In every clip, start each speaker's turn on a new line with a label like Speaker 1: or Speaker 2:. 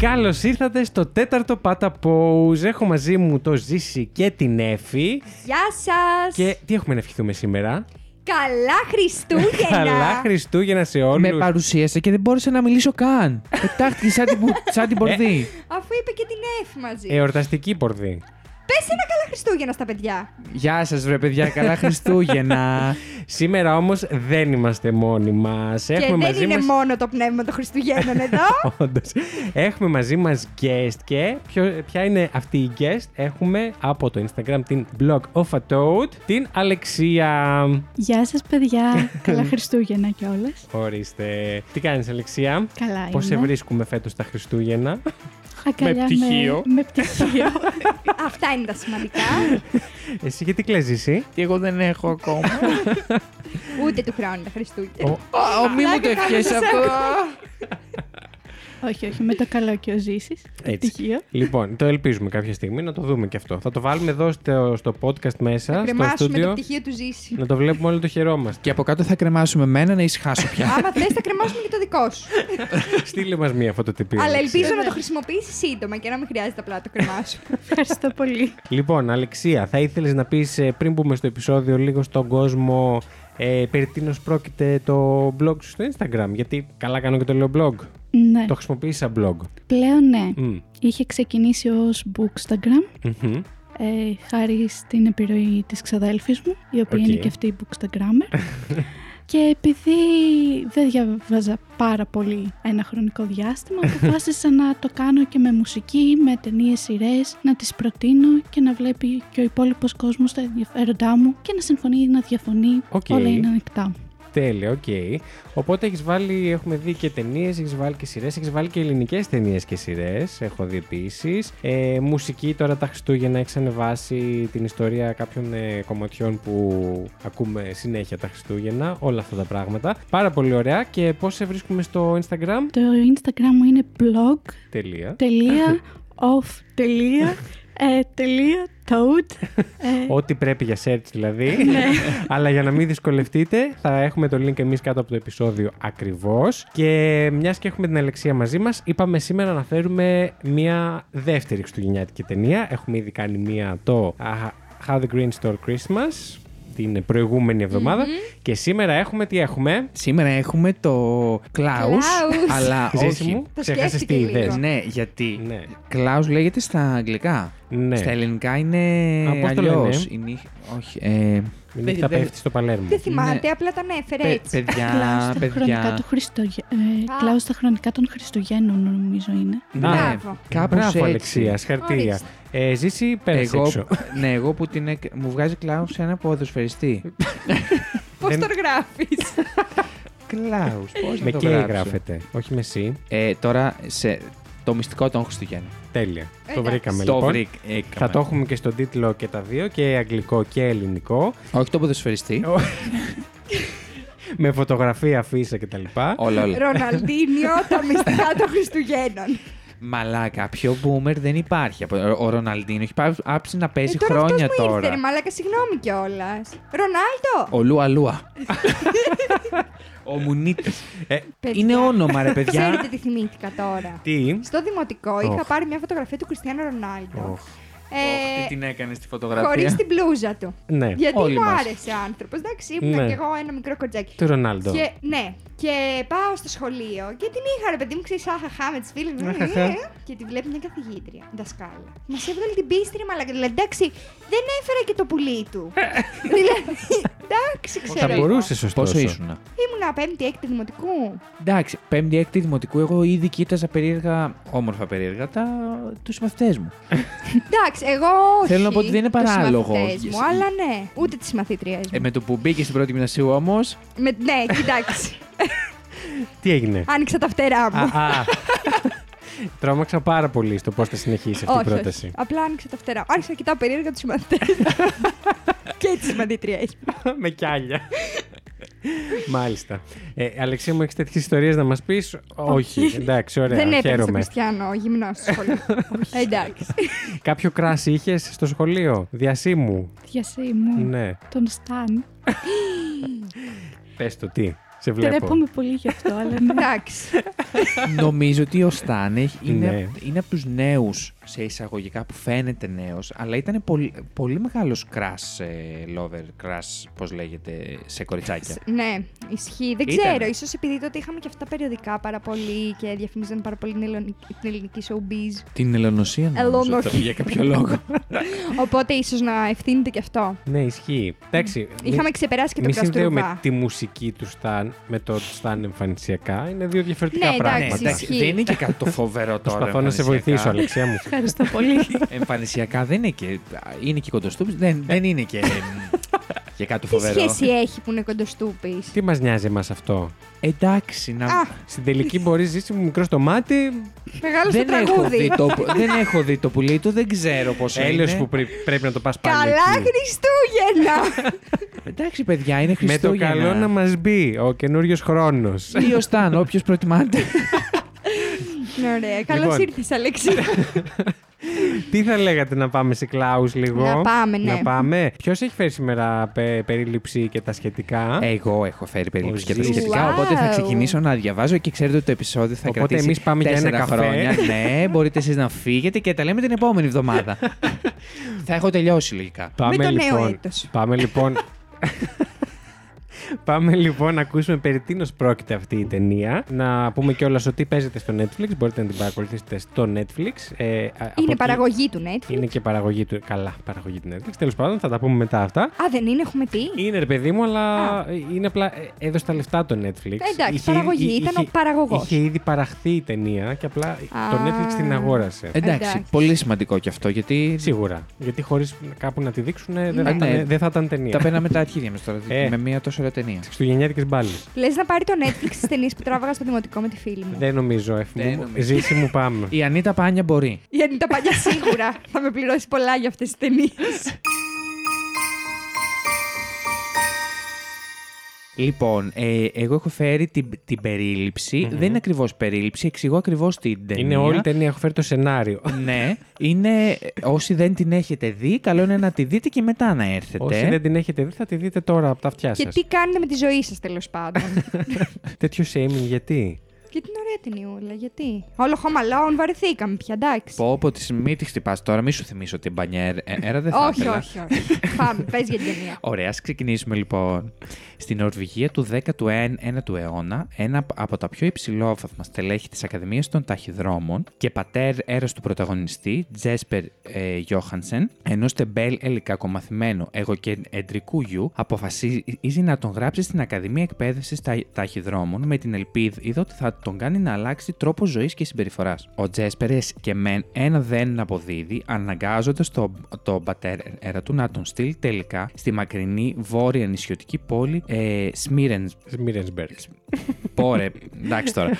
Speaker 1: Καλώς ήρθατε στο τέταρτο Πάτα Pose. Έχω μαζί μου το Ζήση και την Εφη.
Speaker 2: Γεια σας!
Speaker 1: Και τι έχουμε να ευχηθούμε σήμερα.
Speaker 2: Καλά Χριστούγεννα!
Speaker 1: Καλά Χριστούγεννα σε όλους.
Speaker 3: Με παρουσίασε και δεν μπόρεσα να μιλήσω καν. Πετάχτηκε σαν την, που- σαν την πορδί.
Speaker 2: Αφού είπε και την Εφ μαζί.
Speaker 1: Ε, Εορταστική πορδί.
Speaker 2: Πες ένα καλά Χριστούγεννα στα παιδιά.
Speaker 3: Γεια σας, βρε παιδιά, καλά Χριστούγεννα.
Speaker 1: Σήμερα όμως δεν είμαστε μόνοι μας.
Speaker 2: και δεν
Speaker 1: Έχουμε μαζί
Speaker 2: είναι
Speaker 1: μας...
Speaker 2: μόνο το πνεύμα των Χριστουγέννων εδώ.
Speaker 1: Όντως. Έχουμε μαζί μας guest και ποιο- ποια είναι αυτή η guest. Έχουμε από το Instagram την blog of a toad, την Αλεξία.
Speaker 4: Γεια σας παιδιά, καλά Χριστούγεννα κιόλας.
Speaker 1: Ορίστε. Τι κάνεις Αλεξία.
Speaker 4: Καλά
Speaker 1: Πώς σε
Speaker 4: είμαι.
Speaker 1: βρίσκουμε φέτος τα Χριστούγεννα.
Speaker 4: Αγκαλιά
Speaker 3: με πτυχίο.
Speaker 4: Με, πτυχίο.
Speaker 2: Αυτά είναι τα σημαντικά.
Speaker 1: Εσύ γιατί κλαις εσύ.
Speaker 3: Και εγώ δεν έχω ακόμα.
Speaker 2: Ούτε του χρόνου τα Χριστούγεννα.
Speaker 1: Ο-
Speaker 3: Α, ο, μη μου το ευχές αυτό.
Speaker 4: όχι, όχι, με το καλό και ο Ζήσης.
Speaker 1: Έτσι.
Speaker 4: Πτυχίο.
Speaker 1: λοιπόν, το ελπίζουμε κάποια στιγμή να το δούμε και αυτό. Θα το βάλουμε εδώ στο, στο podcast μέσα, στο
Speaker 2: Κρεμάσουμε το
Speaker 1: στούντιο.
Speaker 2: πτυχίο του ζήσει.
Speaker 1: Να το βλέπουμε όλο το χαιρόμαστε.
Speaker 3: Και από κάτω θα κρεμάσουμε εμένα να ησυχάσω πια.
Speaker 2: Άμα θες θα κρεμάσουμε και το δικό σου.
Speaker 1: Στείλε μας μία φωτοτυπία.
Speaker 2: Αλλά
Speaker 1: Αλεξία.
Speaker 2: ελπίζω να το χρησιμοποιήσεις σύντομα και να μην χρειάζεται απλά να το κρεμάσουμε.
Speaker 4: Ευχαριστώ πολύ.
Speaker 1: Λοιπόν, Αλεξία, θα ήθελες να πεις ε, πριν μπούμε στο επεισόδιο λίγο στον κόσμο ε, περί τίνος πρόκειται το blog σου στο Instagram, γιατί καλά κάνω και το λέω blog.
Speaker 4: Ναι,
Speaker 2: Ε.
Speaker 1: Το χρησιμοποιείς σαν blog.
Speaker 4: πλέον ναι.
Speaker 1: Μμ.
Speaker 4: Είχε ξεκινήσει ως Bookstagram,
Speaker 1: Μμμ.
Speaker 4: ε, χάρη στην επιρροή της ξαδέλφης μου, η οποία
Speaker 1: Οκ.
Speaker 4: είναι και αυτή η Bookstagrammer. και επειδή δεν διαβάζα πάρα πολύ ένα χρονικό διάστημα, αποφάσισα να το κάνω και με μουσική, με ταινίες σειρές, να τις προτείνω και να βλέπει και ο υπόλοιπος κόσμος τα ενδιαφέροντά μου και να συμφωνεί ή να διαφωνεί,
Speaker 1: Οκ.
Speaker 4: όλα είναι ανοιχτά.
Speaker 1: Τέλεια, οκ. Οπότε έχεις βάλει, έχουμε δει και ταινίες, έχεις βάλει και σειρές, έχεις βάλει και ελληνικές ταινίες και σειρές, έχω δει επίσης. Ε, μουσική τώρα τα Χριστούγεννα έχεις ανεβάσει την ιστορία κάποιων ε, κομματιών που ακούμε συνέχεια τα Χριστούγεννα, όλα αυτά τα πράγματα. Πάρα πολύ ωραία και πώς σε βρίσκουμε στο Instagram.
Speaker 4: Το Instagram μου είναι blog
Speaker 1: Τελεία.
Speaker 4: τελεία off τελεία ε, τελεία toad ε,
Speaker 1: Ό,τι πρέπει για search δηλαδή.
Speaker 2: Ναι.
Speaker 1: Αλλά για να μην δυσκολευτείτε, θα έχουμε το link εμείς κάτω από το επεισόδιο ακριβώς. Και μιας και έχουμε την Αλεξία μαζί μας, είπαμε σήμερα να φέρουμε μια δεύτερη χριστουγεννιάτικη ταινία. Έχουμε ήδη κάνει μία το α, How the Green Store Christmas την προηγούμενη εβδομάδα. Και σήμερα έχουμε τι έχουμε.
Speaker 3: Σήμερα έχουμε το Κλάους,
Speaker 2: Klaus.
Speaker 3: αλλά
Speaker 1: Ζήση
Speaker 3: όχι.
Speaker 1: μου,
Speaker 2: Το
Speaker 1: ξέχασες τι
Speaker 2: σκέφτηκα λίγο.
Speaker 1: ιδέες.
Speaker 3: Ναι, γιατί
Speaker 1: Ναι.
Speaker 3: Κλάους λέγεται στα αγγλικά.
Speaker 1: Ναι.
Speaker 3: Στα ελληνικά είναι
Speaker 1: Α, πώς το
Speaker 3: αλλιώς.
Speaker 1: λένε?
Speaker 3: Η νύχ- Όχι, ε,
Speaker 1: Μην θα
Speaker 3: δεν-
Speaker 1: πέφτει στο Παλέρμο.
Speaker 2: Δεν θυμάται, απλά τα ανέφερε
Speaker 3: παι-
Speaker 2: έτσι.
Speaker 4: Κλάους
Speaker 3: παιδιά,
Speaker 4: στα χρονικά
Speaker 3: παιδιά.
Speaker 4: του Χριστουγέ- ε,
Speaker 2: Α.
Speaker 4: Κλάους στα χρονικά των Χριστουγέννων νομίζω είναι.
Speaker 3: Ναι,
Speaker 2: Μπράβο.
Speaker 3: κάπως
Speaker 1: Μπράβο,
Speaker 3: έτσι.
Speaker 1: Αλεξία, συγχαρητήρια.
Speaker 2: Ορίστε.
Speaker 1: Ε, ζήση, πέρασε
Speaker 3: Εγώ,
Speaker 1: έξω.
Speaker 3: ναι, εγώ που την έκ- μου βγάζει κλάους σε ένα ποδοσφαιριστή.
Speaker 2: Πώς
Speaker 1: δεν-
Speaker 2: το γράφεις.
Speaker 3: Κλάους, πώς
Speaker 1: Με
Speaker 3: το
Speaker 1: K
Speaker 3: γράψω.
Speaker 1: γράφεται, όχι με C.
Speaker 3: Ε, τώρα σε το μυστικό των Χριστουγέννων.
Speaker 1: Τέλεια. Το
Speaker 2: Εντάξει.
Speaker 1: βρήκαμε
Speaker 3: το
Speaker 1: λοιπόν.
Speaker 3: βρήκαμε.
Speaker 1: Θα το έχουμε και στον τίτλο και τα δύο, και αγγλικό και ελληνικό.
Speaker 3: Όχι το ποδοσφαιριστή.
Speaker 1: Ο- με φωτογραφία, αφίσα κτλ.
Speaker 3: Όλα, όλα.
Speaker 2: Ροναλντίνιο, τα μυστικά των Χριστουγέννων.
Speaker 3: Μαλάκα, πιο boomer δεν υπάρχει. από- Ο Ροναλντίνο έχει πά- άψει να παίζει
Speaker 2: Ε, τώρα αυτός
Speaker 3: Ε, χρόνια
Speaker 2: μου Ήρθε, ρε,
Speaker 3: τώρα.
Speaker 2: μαλάκα, συγγνώμη κιόλας. Ρονάλτο!
Speaker 3: Ο Λούα Λούα. Ο Μουνίτη.
Speaker 2: Παιδιά,
Speaker 3: Είναι όνομα, ρε
Speaker 2: Ξέρετε
Speaker 3: παιδιά.
Speaker 2: τι θυμήθηκα τώρα.
Speaker 1: Τι.
Speaker 2: Στο δημοτικό είχα
Speaker 1: Οχ.
Speaker 2: πάρει μια φωτογραφία του Κριστιανού Ρονάλτο.
Speaker 1: Οχ.
Speaker 3: Τι
Speaker 2: Ε,
Speaker 3: την έκανες στη
Speaker 2: Χωρί
Speaker 3: φωτογραφία. Ε,
Speaker 2: την πλούζα του.
Speaker 1: Ναι.
Speaker 2: Γιατί
Speaker 3: όλοι
Speaker 2: μου
Speaker 3: μας.
Speaker 2: άρεσε ο άνθρωπος. Εντάξει, ήμουν
Speaker 1: Ναι.
Speaker 2: κι εγώ ένα μικρό κοντζάκι.
Speaker 1: Του Ρονάλντο.
Speaker 2: Και, ναι, και πάω στο σχολείο και την είχα ρε παιδί μου, ξέρεις, αχαχά με τις φίλες μου.
Speaker 1: Αχαχα.
Speaker 2: ε, Και τη βλέπει μια καθηγήτρια, δασκάλα. Μας έβγαλε την πίστη, ρε μαλακά. Δηλαδή, εντάξει, δεν έφερε και το πουλί του.
Speaker 3: Ε,
Speaker 2: δηλαδή, εντάξει, ξέρω.
Speaker 1: Θα
Speaker 2: εγώ.
Speaker 1: μπορούσες, ωστόσο.
Speaker 3: Πόσο ήσουν.
Speaker 2: Ήμουνα πέμπτη, έκτη δημοτικού.
Speaker 3: Εντάξει, πέμπτη, έκτη δημοτικού, εγώ ήδη κοίταζα περίεργα, όμορφα περίεργα, τα... τους μαθητές μου.
Speaker 2: εντάξει, εγώ όχι.
Speaker 3: Θέλω να πω ότι δεν είναι
Speaker 2: τους
Speaker 3: παράλογο.
Speaker 2: συμμαθητές Μου,
Speaker 3: Yes.
Speaker 2: αλλά ναι, ούτε τις μαθήτριέ μου.
Speaker 3: Ε, με το που μπήκε στην πρώτη γυμνασίου όμως.
Speaker 2: Με, ναι, κοιτάξει.
Speaker 1: Τι έγινε.
Speaker 2: Άνοιξα τα φτερά μου.
Speaker 1: Α, α. Τρόμαξα πάρα πολύ στο πώς θα συνεχίσει αυτή η
Speaker 2: όχι,
Speaker 1: πρόταση.
Speaker 2: όχι. Απλά άνοιξα τα φτερά. μου. Άρχισα να κοιτάω περίεργα τους μαθητέ. και τι μαθήτριέ
Speaker 1: με κιάλια. Μάλιστα. Ε, Αλεξία μου, έχεις τέτοιες ιστορίες να μας πεις. Όχι. Εντάξει, ωραία.
Speaker 2: Δεν έπαιρνε στον
Speaker 1: Χαίρομαι.
Speaker 2: Κριστιανό γυμνός στο σχολείο. Εντάξει.
Speaker 1: Κάποιο κράσι είχες στο σχολείο. Διασύμου.
Speaker 2: Mm.
Speaker 4: Διασύμου,
Speaker 1: Ναι.
Speaker 4: τον Σταν.
Speaker 1: Πες το τι. Σε βλέπω.
Speaker 4: Τρέπομαι πολύ γι' αυτό, αλλά ναι.
Speaker 2: Εντάξει.
Speaker 3: Νομίζω ότι ο Στάν έχει- είναι,
Speaker 1: Ναι.
Speaker 3: είναι από τους νέους σε εισαγωγικά που φαίνεται νέος, αλλά ήταν πολύ, πολύ μεγάλος crush ε, lover, crush, πώς λέγεται, σε κοριτσάκια.
Speaker 2: ναι, ισχύει. Δεν
Speaker 3: Ήτανε.
Speaker 2: ξέρω, ίσως επειδή τότε είχαμε και αυτά τα περιοδικά πάρα πολύ και διαφημίζαν πάρα πολύ την ελληνική- την ελληνική showbiz.
Speaker 3: Την ελονοσία νομίζω
Speaker 2: Ελονοσία.
Speaker 3: τώρα, για κάποιο λόγο.
Speaker 2: Οπότε ίσως να ευθύνεται και αυτό.
Speaker 1: Ναι, ισχύει. Εντάξει. μη-
Speaker 2: Είχαμε ξεπεράσει και το
Speaker 1: Μη συνδέουμε
Speaker 2: κραστούρβα.
Speaker 1: τη μουσική του Σταν με το Σταν εμφανισιακά. Είναι δύο διαφορετικά
Speaker 2: Ναι, εντάξει,
Speaker 1: πράγματα.
Speaker 3: ναι, εντάξει,
Speaker 2: ισχύει.
Speaker 3: δεν είναι και κάτι το φοβερό τώρα.
Speaker 1: Προσπαθώ να σε
Speaker 3: εμφανισιακά.
Speaker 1: βοηθήσω, Αλεξία μου.
Speaker 4: Ευχαριστώ πολύ.
Speaker 3: Εμφανισιακά δεν είναι και. Είναι και κοντοστούπης, δεν, δεν είναι και. εμ, και κάτι
Speaker 2: Τι
Speaker 3: φοβερό.
Speaker 2: σχέση έχει που είναι κοντοστούπης.
Speaker 1: Τι μας νοιάζει εμάς αυτό.
Speaker 3: Εντάξει, να.
Speaker 2: Α,
Speaker 1: Στην τελική μπορείς ζήσει μου μικρό στο μάτι,
Speaker 2: Μεγάλο στο
Speaker 3: δεν, έχω
Speaker 2: τραγούδι.
Speaker 3: δει το, δεν έχω δει το πουλί του, δεν ξέρω πόσο
Speaker 1: έλεος
Speaker 3: είναι.
Speaker 1: που πρέ- πρέπει να το πας πάλι.
Speaker 2: Καλά
Speaker 1: εκεί.
Speaker 2: Χριστούγεννα!
Speaker 3: Εντάξει, παιδιά, είναι
Speaker 1: Με το
Speaker 3: Χριστούγεννα.
Speaker 1: καλό να μας μπει ο καινούριος χρόνος.
Speaker 3: Ή ο Στάν, όποιος προτιμάτε.
Speaker 2: Ναι, Ωραία. Καλώ
Speaker 1: Λοιπόν.
Speaker 2: ήρθες Αλέξη.
Speaker 1: Τι θα λέγατε να πάμε σε κλάους λίγο.
Speaker 2: Να πάμε, ναι.
Speaker 1: Να πάμε. Ποιος έχει φέρει σήμερα πε- περίληψη και τα σχετικά.
Speaker 2: Ε,
Speaker 1: Ε,
Speaker 3: Εγώ έχω φέρει περίπτωση
Speaker 1: Ο
Speaker 3: και τα
Speaker 1: Ζήσης.
Speaker 3: σχετικά,
Speaker 2: Wow.
Speaker 3: οπότε θα ξεκινήσω να διαβάζω και ξέρετε ότι το επεισόδιο θα
Speaker 1: Οπότε
Speaker 3: κρατήσει
Speaker 1: εμείς πάμε για ένα
Speaker 3: τέσσερα
Speaker 1: καφέ.
Speaker 3: χρόνια. ναι, μπορείτε εσείς να φύγετε και τα λέμε την επόμενη εβδομάδα. θα έχω τελειώσει λογικά.
Speaker 1: Πάμε
Speaker 2: το νέο
Speaker 1: λοιπόν.
Speaker 2: έτος.
Speaker 1: Πάμε λοιπόν. Πάμε λοιπόν να ακούσουμε περί τίνος πρόκειται αυτή η ταινία. Να πούμε κιόλας ότι παίζεται στο Netflix. Μπορείτε να την παρακολουθήσετε στο Netflix. Ε, α- από
Speaker 2: Είναι
Speaker 1: εκεί-
Speaker 2: παραγωγή του Netflix.
Speaker 1: Είναι και παραγωγή του. Καλά, παραγωγή του Netflix. Τέλος πάντων, θα τα πούμε μετά αυτά.
Speaker 2: Α, δεν είναι, έχουμε τι.
Speaker 1: Είναι ρε παιδί μου, αλλά είναι απλά. ε, Έδωσε τα λεφτά το Netflix.
Speaker 2: Ε, Εντάξει,
Speaker 1: Είχε
Speaker 2: παραγωγή,
Speaker 1: ήδη-
Speaker 2: ήταν
Speaker 1: είχε-
Speaker 2: ο παραγωγός.
Speaker 1: Είχε ήδη παραχθεί η ταινία και απλά το Netflix την αγόρασε.
Speaker 3: Εντάξει,
Speaker 2: Εντάξει.
Speaker 3: πολύ σημαντικό κι αυτό γιατί
Speaker 1: Σίγουρα. Γιατί χωρίς κάπου να τη δείξουν δεν, θα,
Speaker 3: Ναι.
Speaker 1: ήταν, δεν θα ήταν ταινία.
Speaker 3: τα παίρναμε τα αρχίδια μας τώρα δηλαδή,
Speaker 1: Ε.
Speaker 3: με μία τόσο ωραία ταινία.
Speaker 1: Χριστουγεννιάτικες μπάλες.
Speaker 2: Λες να πάρει το Netflix τις ταινίες που τράβαγα στο δημοτικό με τη φίλη μου.
Speaker 1: Δεν νομίζω, εφ
Speaker 3: Δεν
Speaker 1: μου.
Speaker 3: νομίζω.
Speaker 1: Ζήση μου πάμε.
Speaker 3: Η Ανίτα Πάνια μπορεί.
Speaker 2: Γιατί τα παλιά σίγουρα θα με πληρώσει πολλά για αυτές τις ταινίες.
Speaker 3: Λοιπόν, ε, εγώ έχω φέρει την, την περιληψη Δεν είναι ακριβώς περίληψη, εξηγώ ακριβώς την ταινία.
Speaker 1: Είναι όλη η ταινία, έχω φέρει το σενάριο.
Speaker 3: Ναι, είναι όσοι δεν την έχετε δει, καλό είναι να τη δείτε και μετά να έρθετε.
Speaker 1: Όσοι δεν την έχετε δει, θα τη δείτε τώρα από τα αυτιά
Speaker 2: και
Speaker 1: σας.
Speaker 2: τι κάνετε με τη ζωή σας τέλος πάντων.
Speaker 1: Τέτοιο shaming, γιατί.
Speaker 2: και την ωραία ταινιούλα, γιατί. Όλο Home Alone βαρεθήκαμε πια, εντάξει.
Speaker 3: Πω πω, τη μη τη χτυπάς τώρα, μη σου θυμίσω την Ε, μπανιέρα, δεν θα
Speaker 2: όχι,
Speaker 3: ήθελα.
Speaker 2: όχι, όχι. Πάμε, πες για την ταινία.
Speaker 3: Ωραία, ας ξεκινήσουμε λοιπόν. Στην Νορβηγία του 19ου αιώνα, ένα από τα πιο υψηλόβαθμα στελέχη της Ακαδημίας των Ταχυδρόμων και πατέρ έρας του πρωταγωνιστή, Τζέσπερ ε, Γιώχανσεν, ενός τεμπέλ ελικακομαθημένου εγωκεντρικού γιου, αποφασίζει να τον γράψει στην Ακαδημία Εκπαίδευσης τα- Ταχυδρόμων με την ελπίδα ότι θα τον κάνει να αλλάξει τρόπο ζωής και συμπεριφοράς. Ο Τζέσπερ και μεν ένα δεν αποδίδει, αναγκάζοντας τον τον πατέρα ε, του να τον στείλει τελικά στη μακρινή βόρεια νησιωτική πόλη ε, Σμύρεν.
Speaker 1: Σμίρενσμπεργκ.
Speaker 3: Πόρε, εντάξει τώρα.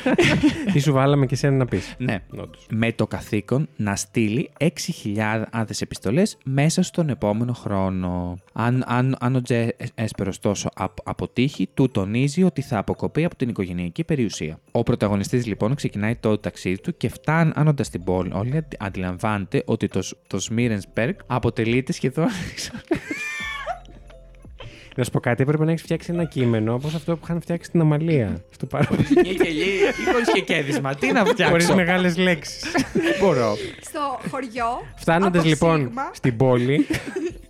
Speaker 1: Τι σου βάλαμε και σένα να πεις.
Speaker 3: ναι.
Speaker 1: Όντως.
Speaker 3: Με το καθήκον να στείλει 6.000 επιστολές μέσα στον επόμενο χρόνο. Αν, αν, αν ο Τζέσπερ ωστόσο απ- αποτύχει, του τονίζει ότι θα αποκοπεί από την οικογενειακή περιουσία. Ο πρωταγωνιστής λοιπόν ξεκινάει το ταξίδι του και φτάνοντας στην πόλη, όλοι αντι- αντιλαμβάνεται ότι το, σ- το Σμύρενσπεργκ αποτελείται σχεδόν
Speaker 1: Να σου πω κάτι, έπρεπε να έχεις φτιάξει ένα κείμενο όπως αυτό που είχαν φτιάξει στην Αμαλία. Στο παρόν.
Speaker 3: και γελί, χωρίς και κέδισμα. Τι να
Speaker 1: Χωρί
Speaker 3: φτιάξω.
Speaker 1: μεγάλες λέξεις. Δεν μπορώ.
Speaker 2: Στο χωριό.
Speaker 1: Φτάνοντας
Speaker 2: από
Speaker 1: λοιπόν
Speaker 2: Σίγμα,
Speaker 1: στην πόλη.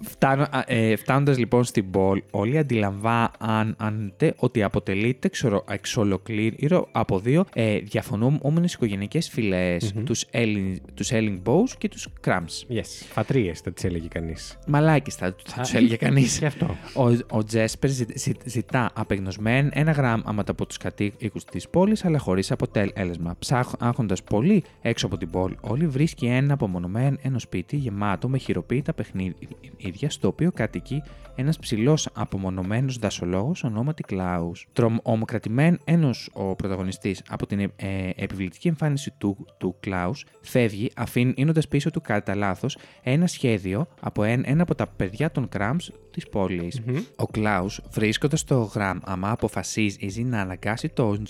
Speaker 3: Φτάνω, α, ε, φτάνοντας λοιπόν στην πόλη, όλοι αντιλαμβάνονται ότι αποτελείται ξορο- εξ ολοκλήρου από δύο ε, διαφωνούμενες οικογενεικές φυλές, τους, Έλλην, τους Έλλην Bows και τους Crumbs.
Speaker 1: Yes. Φατρίες θα τις έλεγε κανείς.
Speaker 3: Μαλάκες θα, θα τους έλεγε κανείς.
Speaker 1: Γι' αυτό.
Speaker 3: Ο, ο Τζέσπερ ζη- ζη- ζητά απεγνωσμένα ένα γράμμα από τους κατοίκους της πόλης, αλλά χωρίς αποτέλεσμα. Ψάχνοντα πολύ έξω από την πόλη, όλοι βρίσκει ένα απομονωμένο ένα σπίτι γεμάτο με χειροποίητα παιχνίδια, στο οποίο κατοικεί ένας ψηλός απομονωμένος δασολόγος ονόματι Κλάους. Τρομοκρατημένο ο πρωταγωνιστής από την ε, ε, επιβλητική εμφάνιση του, του Κλάους, φεύγει αφήνοντα πίσω του κατά λάθος ένα σχέδιο από εν- ένα από τα παιδιά των Κραμ της πολη Ο Κλάους, βρίσκοντας το γράμμα, αποφασίζει να αναγκάσει τον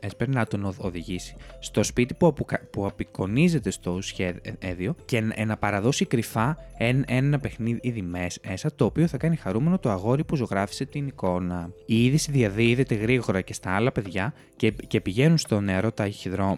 Speaker 3: Τζέσπερ να τον οδ- οδηγήσει στο σπίτι που, απουκα- που απεικονίζεται στο σχέδιο και ν- να παραδώσει κρυφά εν- ένα παιχνίδι μέσα, το οποίο θα κάνει χαρούμενο το αγόρι που ζωγράφισε την εικόνα. Η είδηση διαδίδεται γρήγορα και στα άλλα παιδιά και, και πηγαίνουν στο νερό ταχυδρόμο